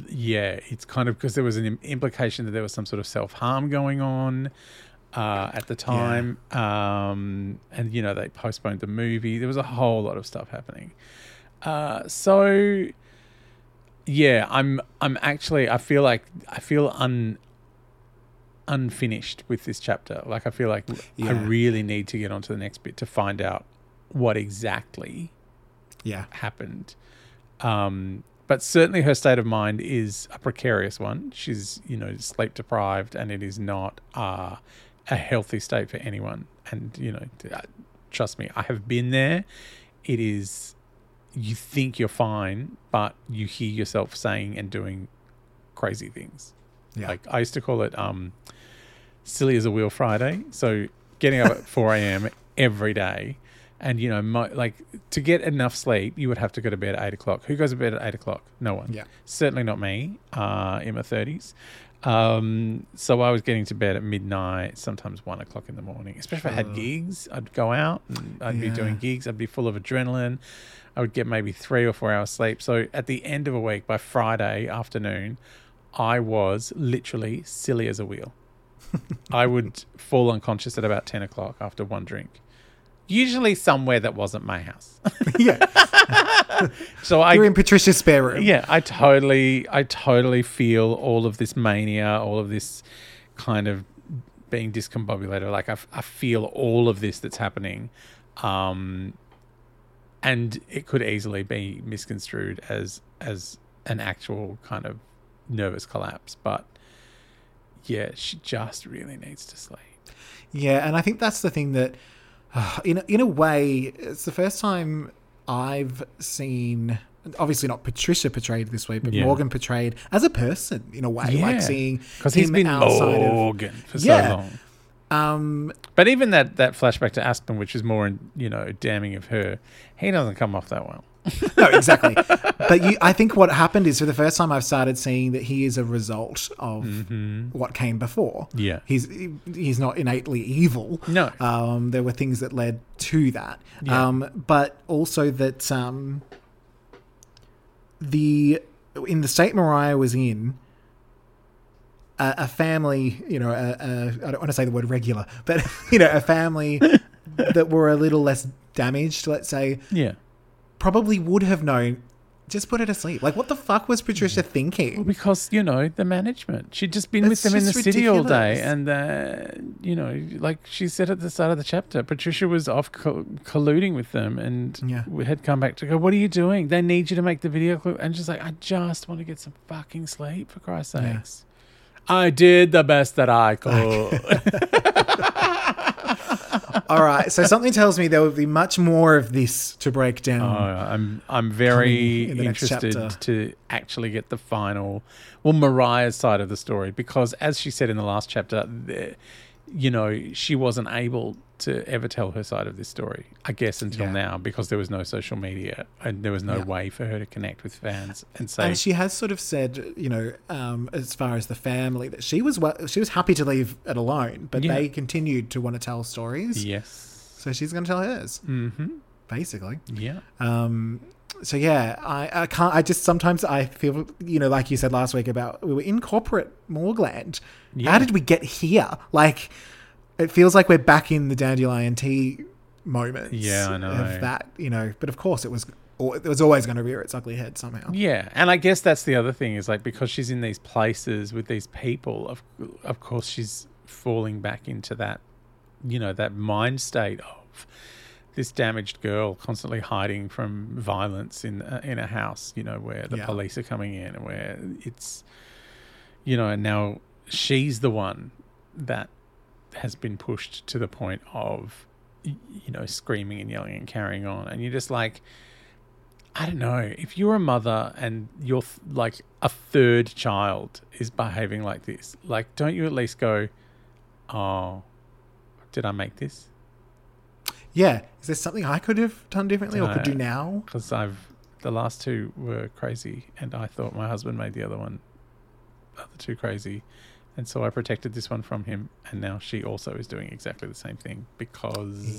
yeah, it's kind of because there was an im- implication that there was some sort of self harm going on. Uh, at the time, um, and you know they postponed the movie. There was a whole lot of stuff happening. Uh, so yeah, I'm I'm actually I feel like I feel un unfinished with this chapter. Like I feel like I
Yeah.
really need to get onto the next bit to find out what exactly
Yeah.
happened. Um, but certainly her state of mind is a precarious one. She's, you know, sleep deprived and it is not uh, a healthy state for anyone. And, you know, t- uh, trust me, I have been there. It is, you think you're fine, but you hear yourself saying and doing crazy things.
Yeah.
Like I used to call it um, silly as a wheel Friday. So getting up at 4 a.m. every day. And, you know, mo- like to get enough sleep, you would have to go to bed at eight o'clock. Who goes to bed at eight o'clock? No one.
Yeah.
Certainly not me uh, in my 30s. Um, so I was getting to bed at midnight, sometimes one o'clock in the morning, especially if I had gigs. I'd go out and I'd be
Yeah.
doing gigs. I'd be full of adrenaline. I would get maybe three or four hours sleep. So at the end of a week, by Friday afternoon, I was literally silly as a wheel. I would fall unconscious at about 10 o'clock after one drink, usually somewhere that wasn't my house.
yeah.
so I
You're in Patricia's spare room.
yeah, I totally, I totally feel all of this mania, all of this kind of being discombobulated. Like I, f- I feel all of this that's happening, um, and it could easily be misconstrued as as an actual kind of nervous collapse. But yeah, she just really needs to sleep.
Yeah, and I think that's the thing that, uh, in a, in a way, it's the first time I've seen. Obviously, not Patricia portrayed this way, but
Yeah.
Morgan portrayed as a person in a way, like seeing
because
him
he's been
outside
Morgan for
Yeah.
so long.
of. Um,
But even that that flashback to Aspen, which is more, you know, damning of her, he doesn't come off that well.
no, exactly. but you, I think what happened is for the first time I've started seeing that he is a result of what came before.
Mm-hmm. Yeah.
he's he's not innately evil.
No.
um, there were things that led to that.
Yeah.
Um, but also that um, the in the state Mariah was in. A, a family, you know, a, a, I don't want to say the word regular, but you know, a family that were a little less damaged, let's say,
Yeah.
probably would have known. Just put her to sleep. Like, what the fuck was Patricia thinking?
Because, you know, the management. She'd just been
That's
with them in the
just
city all day.
ridiculous.
And, uh, you know, like she said at the start of the chapter, Patricia was off co- colluding with them and
Yeah.
we had come back to go, What are you doing? They need you to make the video clip. And she's like, I just want to get some fucking sleep, for Christ's
Yeah.
sakes. I did the best that I could.
All right, so something tells me there will be much more of this to break
Oh,
down.
I'm I'm
Mm. Coming
very
in the next
interested
chapter.
to actually get the final, well, Mariah's side of the story because, as she said in the last chapter, the, you know, she wasn't able to ever tell her side of this story, I guess, until
Yeah.
now, because there was no social media and there was no
Yeah.
way for her to connect with fans and say,
And she has sort of said, you know, um, as far as the family, that she was well, she was happy to leave it alone, but
Yeah.
they continued to want to tell stories.
yes.
So she's going to tell hers,
Mm-hmm.
basically.
Yeah.
Um, so yeah, I, I can't. I just sometimes I feel, you know, like you said last week about we were in corporate Morgland.
Yeah.
How did we get here? Like, it feels like we're back in the dandelion tea moments.
Yeah, I know.
Of that, you know, but of course it was. It was always going to rear its ugly head somehow.
Yeah, and I guess that's the other thing is like because she's in these places with these people, of of course she's falling back into that, you know, that mind state of this damaged girl constantly hiding from violence in a, in a house, you know, where the
Yeah.
police are coming in and where it's, you know, and now she's the one that has been pushed to the point of, y- you know, screaming and yelling and carrying on, and you're just like. I don't know. If you're a mother and your th- like a third child is behaving like this, like don't you at least go, "Oh, did I make this?
Yeah. Is there something I could have done differently or could do
Dunno.
now?
Because I've the last two were crazy, and I thought my husband made the other one, other two crazy, and so I protected this one from him, and now she also is doing exactly the same thing because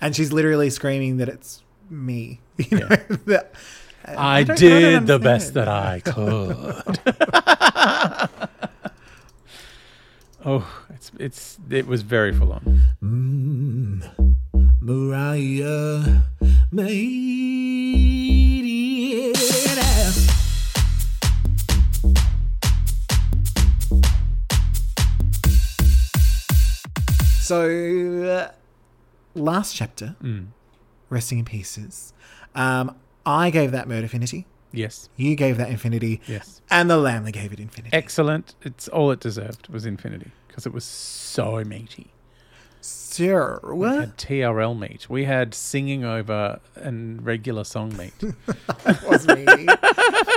And she's literally screaming that it's me. You know, that,
I,
don't- Uh, I don't
did the best
understand.
that I could. oh, it's it's it was very full on.
Mm,
Mariah made it out.
So, uh, last chapter, resting in pieces. Um, I gave that murd affinity.
Yes,
You gave that infinity.
yes,
And the Lamley gave it infinity.
excellent. It's all it deserved was Infinity because it was so meaty.
so,
We had TRL meat. We had singing over and regular song meat.
was me.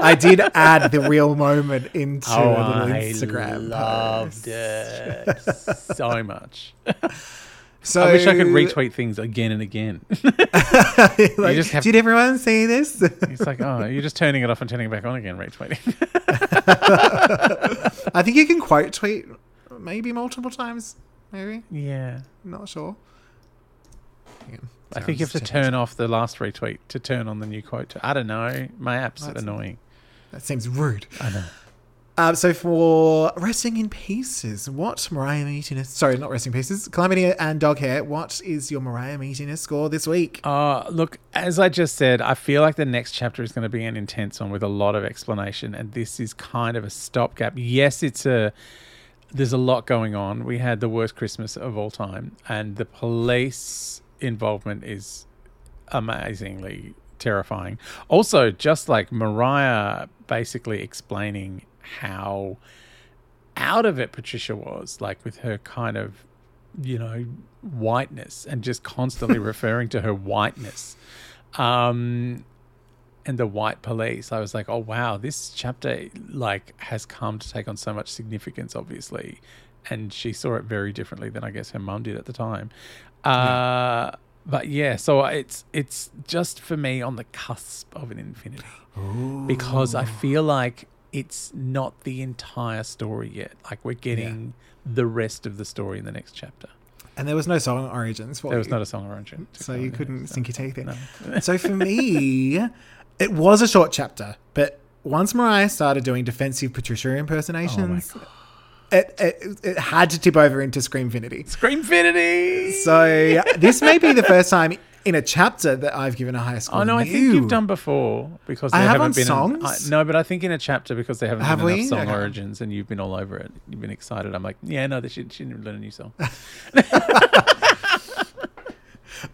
I did add the real moment into
Oh,
a little Instagram.
loved
post.
it so much.
So,
I wish I could retweet things again and again.
like,
just have-
Did everyone see this?
It's like, oh, you're just turning it off and turning it back on again, retweeting.
I think you can quote tweet maybe multiple times. Maybe
yeah.
not sure. Yeah.
I think you have to turn off the last retweet to turn on the new quote. I don't know. My app's
That's-
annoying.
That seems rude.
I know.
Um, so for resting in pieces, what Mariah Meatiness? Sorry, not resting in pieces. Calamity and dog hair. What is your Mariah Meatiness score this week?
Uh, look, as I just said, I feel like the next chapter is going to be an intense one with a lot of explanation, and this is kind of a stopgap. Yes, it's a. There's a lot going on. We had the worst Christmas of all time, and the police involvement is amazingly terrifying. Also, just like Mariah basically explaining how out of it Patricia was, like with her kind of, you know, whiteness and just constantly referring to her whiteness. Um, and the white police, I was like, oh, wow, this chapter like has come to take on so much significance, obviously. And she saw it very differently than I guess her mum did at the time. Uh, But yeah, so it's it's just for me on the cusp of an infinity because I feel like it's not the entire story yet. Like we're getting the rest of the story in the next chapter.
And there was no song origins. For
There was
you,
not a song origin.
so you couldn't sink your teeth in.
Oh, No.
so for me, it was a short chapter, but once Mariah started doing defensive Patricia
Oh,
impersonations, it, it it had to tip over into Screamfinity.
Screamfinity.
So this may be the first time in a chapter that I've given a high score.
Oh no, I
than
think
you.
you've done before because
I
there
have
haven't
on
been an-
songs?
I- no, but I think in a chapter because there haven't
Have
been
we?
enough song
Okay.
origins, and you've been all over it. You've been excited. I'm like, yeah, no, they should, she didn't learn a new song.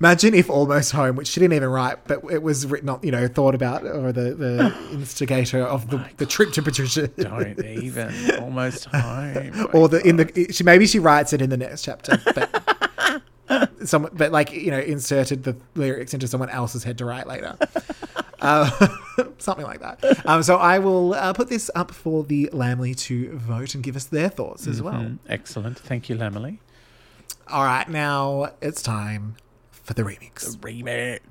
Imagine if Almost Home, which she didn't even write, but it was written on, you know, thought about or the, the instigator of
Oh,
the, the trip to Patricia.
Don't even almost home.
or the in the she maybe she writes it in the next chapter, but someone but like you know inserted the lyrics into someone else's head to write later, uh, something like that. Um, so I will uh, put this up for the Lamley to vote and give us their thoughts as well.
Mm-hmm. Mm, excellent. Thank you, Lamely.
All right, now it's time for the remix.
Remix.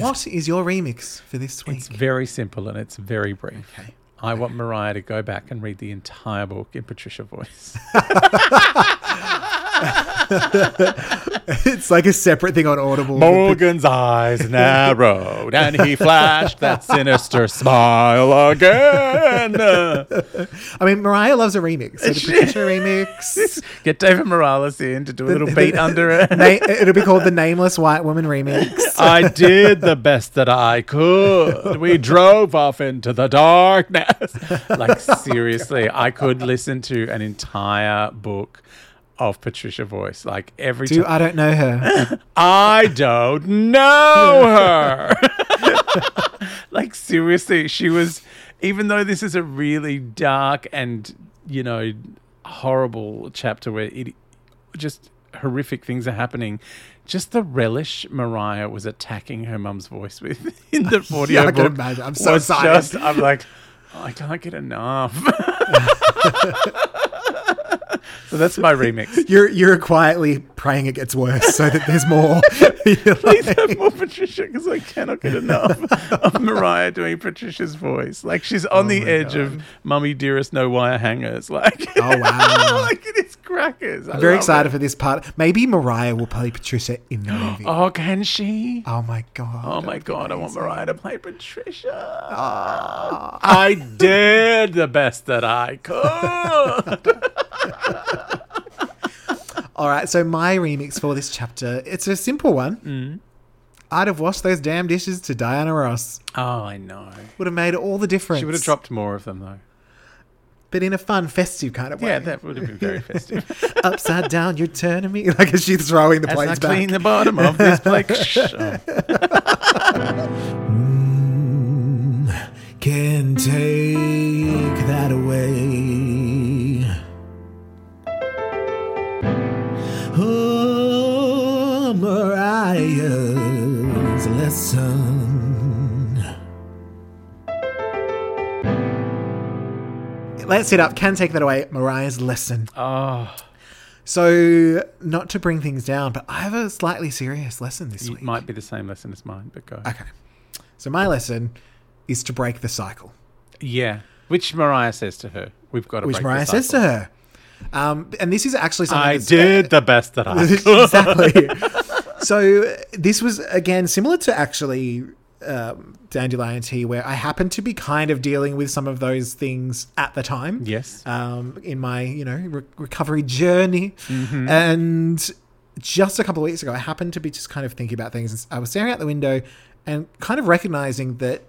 What is your remix for this week?
It's very simple and it's very brief. I want Mariah to go back and read the entire book in Patricia voice.
It's like a separate thing on Audible.
Morgan's eyes narrowed and he flashed that sinister smile again.
I mean, Mariah loves a remix. So the Patricia remix.
Get David Morales in to do a little beat under it.
Na- it'll be called the Nameless White Woman remix.
I did the best that I could. We drove off into the darkness. Like, seriously, I could listen to an entire book of Patricia Voice. Like, every
Do
time.
I don't know her?
I don't know her. like, seriously, she was, even though this is a really dark and, you know, horrible chapter where it just horrific things are happening, just the relish Mariah was attacking her mum's voice with in the audio
I can
book
imagine. I'm so
was
excited.
Just, I'm like, "Oh, I can't get enough. so that's my remix.
You're you're quietly praying it gets worse so that there's more. You're like-
Please have more Patricia because I cannot get enough of Mariah doing Patricia's voice. Like she's on the
Oh my
edge of Mummy Dearest No Wire Hangers. Like,
Oh, wow.
like it is crackers.
I'm very excited for this part. Maybe Mariah will play Patricia in the movie. Oh,
Oh, can she?
my god.
Oh my god, I want Mariah to play Patricia.
Ah.
I did the best that I could.
All right, so my remix for this chapter, it's a simple one.
Mm.
I'd have washed those damn dishes to Diana Ross.
oh, I know.
Would have made all the difference.
She would have dropped more of them though.
but in a fun, festive kind of way.
Yeah, that would have been very festive.
upside down, you're turning me. Like as she's throwing the
As I
plates back.
clean the bottom of this plate. Oh.
Can take that away. Oh, Mariah's lesson.
Let's hit up. Can take that away. Mariah's lesson.
Oh,
So, not to bring things down, but I have a slightly serious lesson this
it
week.
might be the same lesson as mine, but go.
Okay. So my lesson is to break the cycle,
Yeah, which Mariah says to her, "We've got to."
which
break
Mariah
the
says to
cycle."
her. Um, and this is actually something
"I
that's-
did the best that I." could.
exactly. so uh, this was again similar to actually um, Dandelion Tea, where I happened to be kind of dealing with some of those things at the time.
Yes. Uh,
Um, in my you know re- recovery journey,
Mm-hmm.
and just a couple of weeks ago, I happened to be just kind of thinking about things. and s- I was staring out the window and kind of recognizing that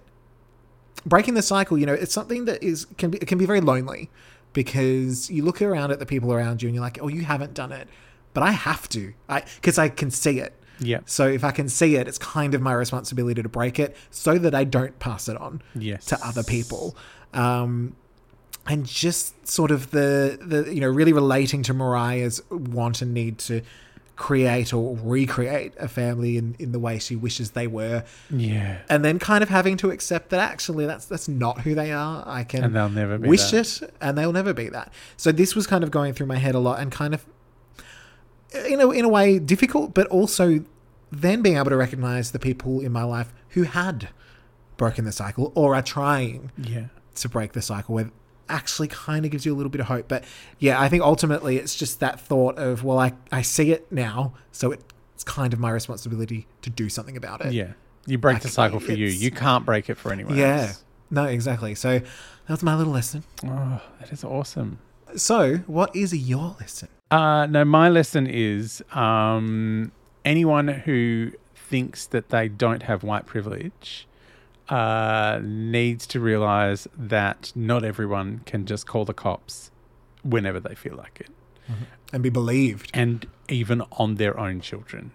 breaking the cycle, you know, it's something that is can be it can be very lonely because you look around at the people around you and you're like, oh, you haven't done it, but I have to, I because I can see it.
Yeah.
So if I can see it, it's kind of my responsibility to break it so that I don't pass it on
Yes.
to other people. Um, and just sort of the the you know really relating to Mariah's want and need to create or recreate a family in, in the way she wishes they were
Yeah.
and then kind of having to accept that actually that's that's not who they are. I can
And they'll never be
wish
that.
it, and they'll never be that. So this was kind of going through my head a lot, and kind of in a in a way difficult, but also then being able to recognize the people in my life who had broken the cycle or are trying
Yeah.
to break the cycle with actually kind of gives you a little bit of hope but yeah i think ultimately it's just that thought of well i i see it now so it, it's kind of my responsibility to do something about it
Yeah. You break the
Like,
cycle for you.
it's-
You can't break it for anyone.
yeah.
Else.
No, exactly. So that was my little lesson.
Oh, that is awesome.
So, what is your lesson?
Uh, no, my lesson is um, anyone who thinks that they don't have white privilege uh, needs to realize that not everyone can just call the cops whenever they feel like it,
And be believed.
and even on their own children.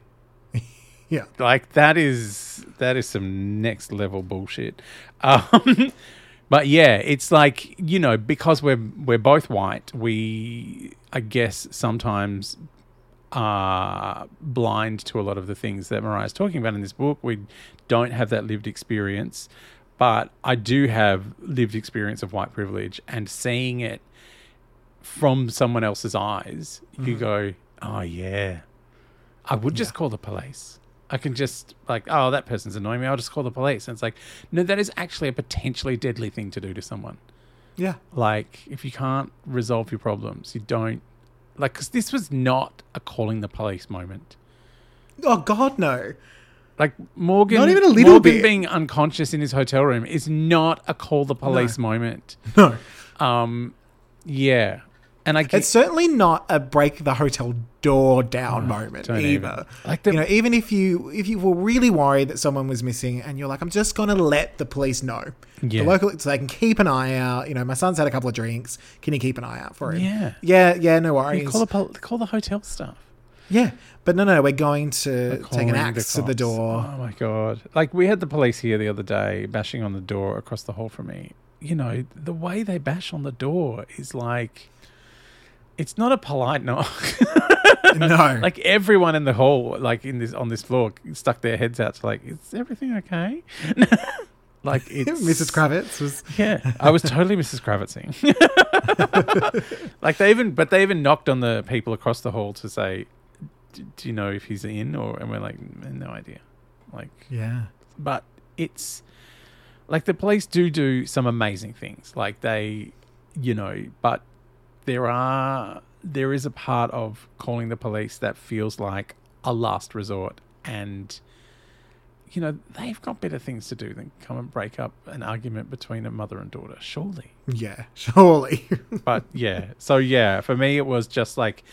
Yeah.
like that is that is some next level bullshit. Um, but yeah, it's like you know because we're we're both white, we I guess sometimes are blind to a lot of the things that Mariah's talking about in this book. We don't have that lived experience. but I do have lived experience of white privilege and seeing it from someone else's eyes, you go, oh, yeah, I would just call the police. I can just, like, oh, that person's annoying me. I'll just call the police. And it's like, no, that is actually a potentially deadly thing to do to someone.
Yeah.
Like, if you can't resolve your problems, you don't, like, because this was not a calling the police moment.
Oh God, no.
Like Morgan,
Not even a little
Morgan
bit.
being unconscious in his hotel room is not a call the police moment.
No.
Um, yeah, and I
It's
guess
certainly not a break the hotel door down moment
don't
either.
even. Like the-
you know, even if you if you were really worried that someone was missing, and you're like, I'm just gonna let the police know,
Yeah.
the local, so they can keep an eye out. You know, my son's had a couple of drinks. Can you keep an eye out for him?
Yeah.
yeah, yeah. No
you
worries.
call the pol- call the hotel staff.
yeah, but no, no, we're going to take
Calling
an
the
axe to the
cops.
door.
Oh my god! Like we had the police here the other day bashing on the door across the hall from me. You know the way they bash on the door is like, it's not a polite knock.
no,
Oh. like everyone in the hall, like in this on this floor, stuck their heads out to like, is everything okay? like it's
Mrs. Kravitz was
Yeah, I was totally Mrs. Kravitzing. like they even, but they even knocked on the people across the hall to say, "D- "Do you know if he's in?" Or and we're like, "Mm, "No idea." Like,
yeah,
but it's like the police do do some amazing things. Like they, you know, but there are there is a part of calling the police that feels like a last resort and you know they've got better things to do than come and break up an argument between a mother and daughter surely
yeah, surely.
but yeah so yeah for me it was just like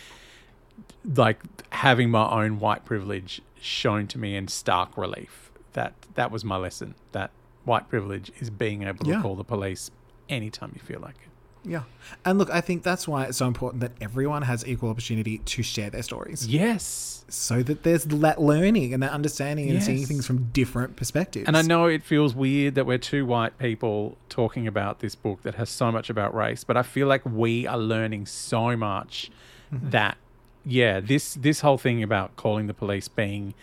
like having my own white privilege shown to me in stark relief that that was my lesson that white privilege is being able to
Yeah.
call the police anytime you feel like it
Yeah. And look, I think that's why it's so important that everyone has equal opportunity to share their stories
yes
so that there's that learning and that understanding and seeing
Yes.
things from different perspectives.
and i know it feels weird that we're two white people talking about this book that has so much about race but i feel like we are learning so much that yeah this this whole thing about calling the police being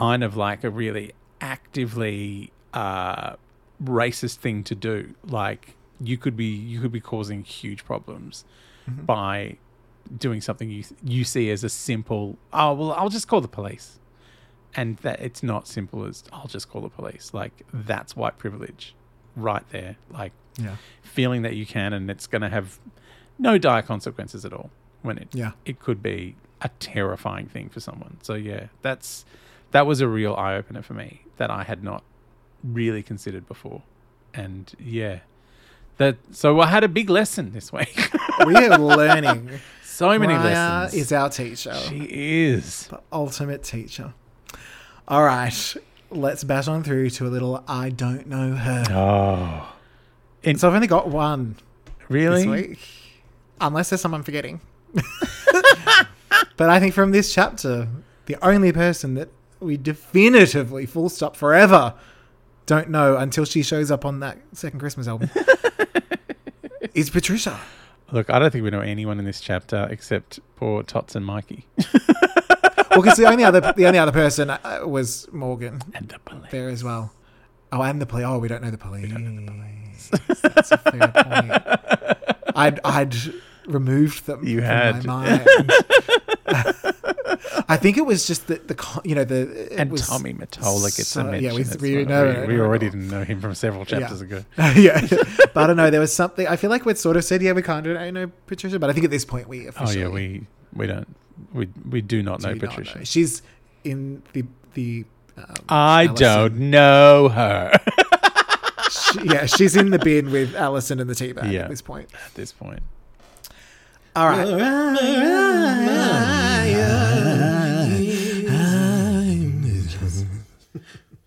kind of like a really actively uh, racist thing to do. Like you could be you could be causing huge problems by doing something you you see as a simple oh well I'll just call the police, and that it's not simple as I'll just call the police. Like that's white privilege, right there. Like
Yeah.
feeling that you can and it's going to have no dire consequences at all when it
Yeah.
it could be a terrifying thing for someone so yeah that's that was a real eye opener for me that I had not really considered before and yeah that so I had a big lesson this week
we are learning.
so many
Mariah
lessons
is our teacher,
she is
the ultimate teacher. All right. Let's bash on through to a little I don't know her.
oh
So I've only got one this
really
week, unless there's someone forgetting. but I think from this chapter, the only person that we definitively, full stop, forever don't know until she shows up on that second Christmas album is Patricia.
look I don't think we know anyone in this chapter except poor Tots and Mikey
Well, because the only other the only other person uh, was Morgan
and the police
there as well. Oh, and the police. Oh, we don't know the police. That's a fair point. I'd, I'd removed them
You
from
had.
my mind. I think it was just the, the co- you know the it
and
was,
Tommy Matola gets
so-
a
yeah,
mention.
we-
That's
we
fine.
know it.
we already didn't know him from several chapters ago.
yeah, but I don't know. There was something. I feel like we'd sort of said, yeah, we can't do it. I know Patricia, but I think at this point we
Oh
officially
yeah, we we don't we we do not know
do not
Patricia.
know. She's in the the. Um,
I
Alison.
don't know her at
she- yeah, she's in the bin with Allison and the tea bag
Yeah.
at this point.
this point.
All right.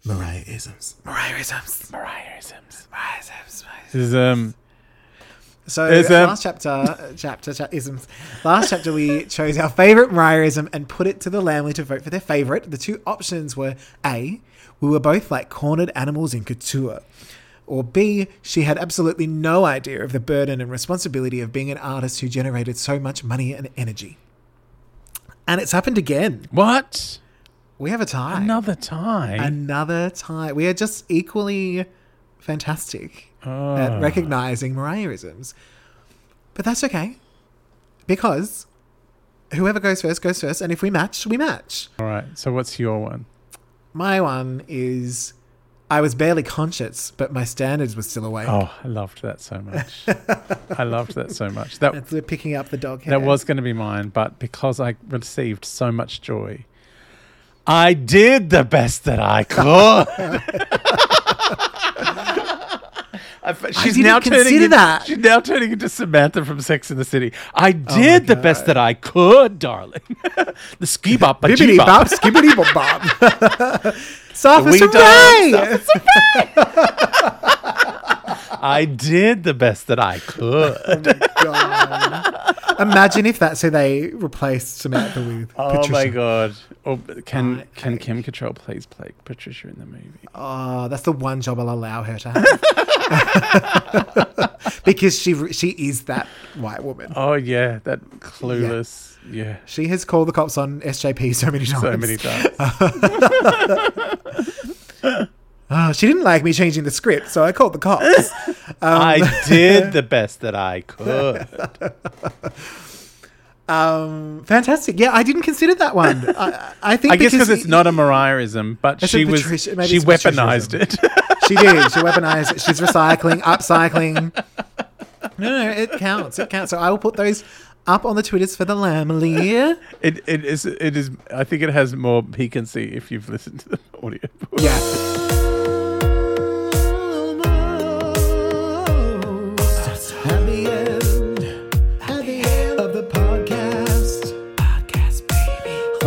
Mariah isms.
Mariah Isms. Mariah
Mariah Sims.
Isms. Mariah Isms.
This is um
So
Ism.
last chapter, uh, chapter, cha- isms. Last chapter, we chose our favorite Mariahism and put it to the Lamley to vote for their favorite. The two options were A, we were both like cornered animals in couture. Or B, she had absolutely no idea of the burden and responsibility of being an artist who generated so much money and energy. And it's happened again.
what
We have a tie.
another time.
Another tie. We are just equally fantastic
Oh.
at recognizing Mariahisms. But that's okay. Because whoever goes first goes first, and if we match, we match.
All right. So what's your one?
My one is I was barely conscious, but my standards were still awake.
Oh, I loved that so much. I loved that so much. That
That's the picking up the dog hair.
that was going to be mine, but because I received so much joy, I did the best that I could. I fe- She's
didn't
now turning
consider
in-
that.
She's now turning into Samantha from Sex in the City. I did the best that I could, darling. the ski bop, ba
Bibbidi
jee bop.
bop, skibbidi bop bop. Surface
We
array!
dance, I did the best that I could.
God. Imagine if that's who they replaced Samantha with.
Oh
Patricia.
my god! Oh, can
I-
can
I-
Kim Cattrall please play Patricia in the movie?
Oh, that's the one job I'll allow her to have. because she re- she is that white woman.
Oh yeah, that clueless. Yeah,
She has called the cops on SJP so many times.
so many times.
Oh, she didn't like me changing the script, so I called the cops.
I did the best that I could.
um, fantastic. Yeah, I didn't consider that one. I, I think
I guess because
because
it's
y-
not a Mariahism, but
It's a
she was
Patricia- maybe
she
it's Patriciaism.
weaponized it.
She did. She weaponized. it. She's recycling, upcycling. No, no, it counts. It counts. So I will put those up on the Twitters for the Lamely.
it it is it is. I think it has more piquancy if you've listened to the audio.
Yeah.
Happy end. Happy end of the podcast. Podcast, baby.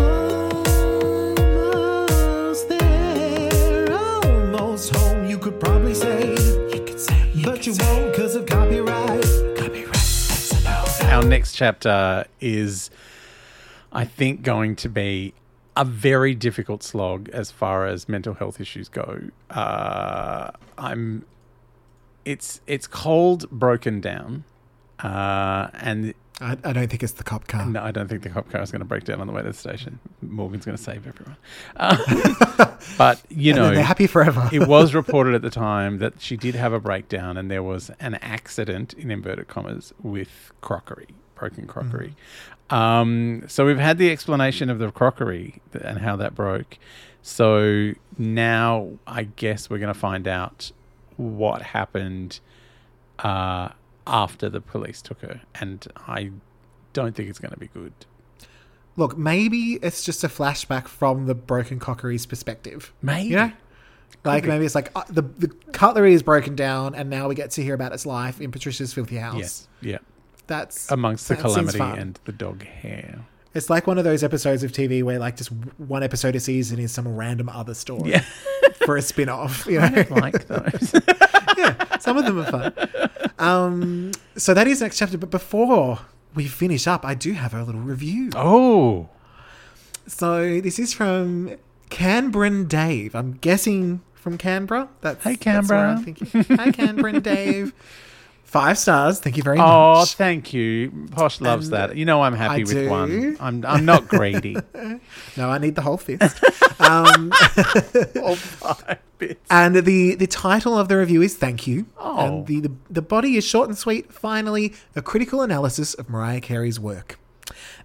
Almost there. Almost home, you could probably say. You could say. but you won't because of copyright. Copyright. That's a no.
Our next chapter is, I think, going to be a very difficult slog as far as mental health issues go. Uh, I'm, it's it's called broken down, uh, and
I, I don't think it's the cop car.
no, I don't think the cop car is going to break down on the way to the station. Morgan's going to save everyone, uh, but you
And
know
then they're happy forever.
it was reported at the time that she did have a breakdown and there was an accident in inverted commas with crockery broken crockery um, so we've had the explanation of the crockery th- and how that broke so now i guess we're going to find out what happened uh, after the police took her and i don't think it's going to be good
Look, maybe it's just a flashback from the broken cockery's perspective.
maybe
You know? Like maybe it's like uh, the the cutlery is broken down, and now we get to hear about its life in Patricia's filthy house.
yes Um, yeah
That's
amongst the
that seems
calamity
fun.
and the dog hair
It's like one of those episodes of TV where like just w- one episode a season is some random other story
yeah
for a spin-off. You know,
like those
yeah, some of them are fun. Um, so that is next chapter. But before we finish up, I do have a little review.
Oh,
So this is from Canbran Dave. I'm guessing from Canberra. That's,
Hey,
that's where I'm
Canberra.
thinking. Hi Canbran Dave. Five stars. Thank you very
oh,
much.
thank you. Posh loves
And
that. You know, I'm happy
I
with
do.
one. I'm I'm not greedy.
No, I need the whole fist. um,
All five bits.
and the the title of the review is "Thank You."
Oh.
And the, the the body is short and sweet. Finally, a critical analysis of Mariah Carey's work.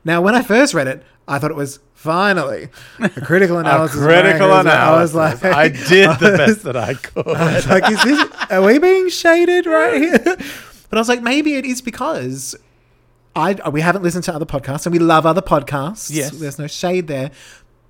Now, when I first read it, I thought it was finally a critical
A
analysis. of Mariah
critical
Carey's work.
analysis.
I was like,
I did
I
the
was
best that I could.
It's like, is this, are we being shaded right here? But I was like, maybe it is because I we haven't listened to other podcasts and we love other podcasts.
Yes.
There's no shade there.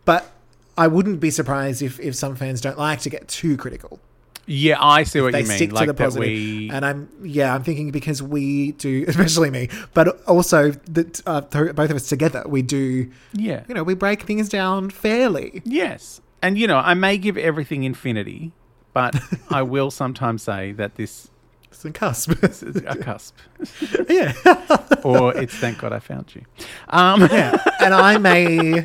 But I wouldn't be surprised if, if some fans don't like to get too critical.
Yeah, I see what
They
you mean.
stick to the
Like that
positive.
we. Uh,
And I'm, yeah, I'm thinking because we do, especially me, but also that uh, th- both of us together, we do,
Yeah.
you know, we break things down fairly.
Yes, and you know, I may give everything infinity, but I will sometimes say that this
It's a cusp.
is a cusp,
yeah.
or it's thank God I found you. Um,
Yeah, and I may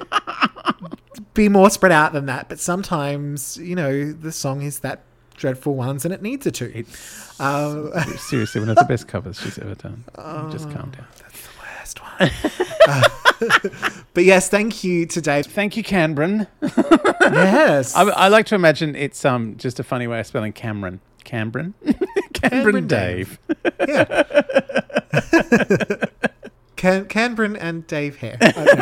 be more spread out than that, but sometimes you know the song is that dreadful ones, and it needs a two.
It's
Um,
seriously one of the best covers she's ever done. Just
Oh.
calm down.
Worst one. Uh, but yes, thank you to Dave.
Thank you, Canbran.
Yes,
I, I like to imagine it's um just a funny way of spelling Cameron. Cameron.
Cameron
Cameron Dave.
Yeah. Can- Canberra and Dave here. I don't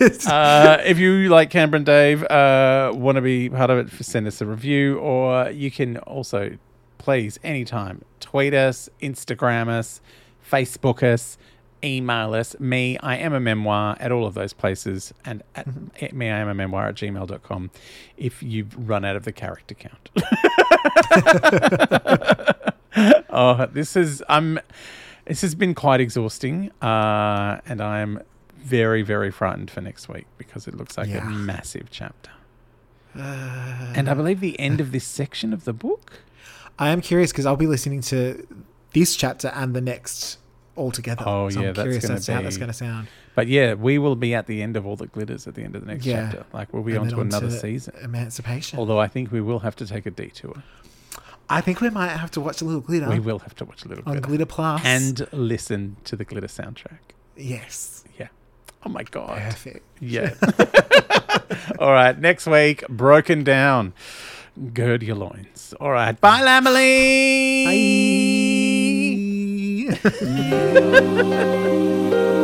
know. It's just-
uh, if you like Cameron Dave, uh, want to be part of it, send us a review, or you can also, please, anytime, tweet us, Instagram us, Facebook us, email us, me, I am a memoir at all of those places, and at, at me, I am a memoir at gmail.com if you've run out of the character count. Oh, this is I'm. This has been quite exhausting, uh, and I am very, very frightened for next week because it looks like
Yeah. Uh.
a massive chapter. and I believe the end of this section of the book.
I am curious because I'll be listening to this chapter and the next all together.
Oh,
so
yeah,
I'm
that's
curious
gonna
as to how that's
be-
going to sound.
But yeah, we will be at the end of all that glitters at the end of the next
Yeah.
chapter. Like we'll be
And
on
then
to another
onto
season.
Emancipation.
Although I think we will have to take a detour.
I think we might have to watch a little glitter
We will have to watch a little
Uh, on
glitter.
Glitter Plus.
and listen to the glitter soundtrack.
yes,
Yeah. Oh my god.
perfect.
Yeah. All right. Next week, broken down. Gird your loins. All right. Bye, Lamely.
Bye.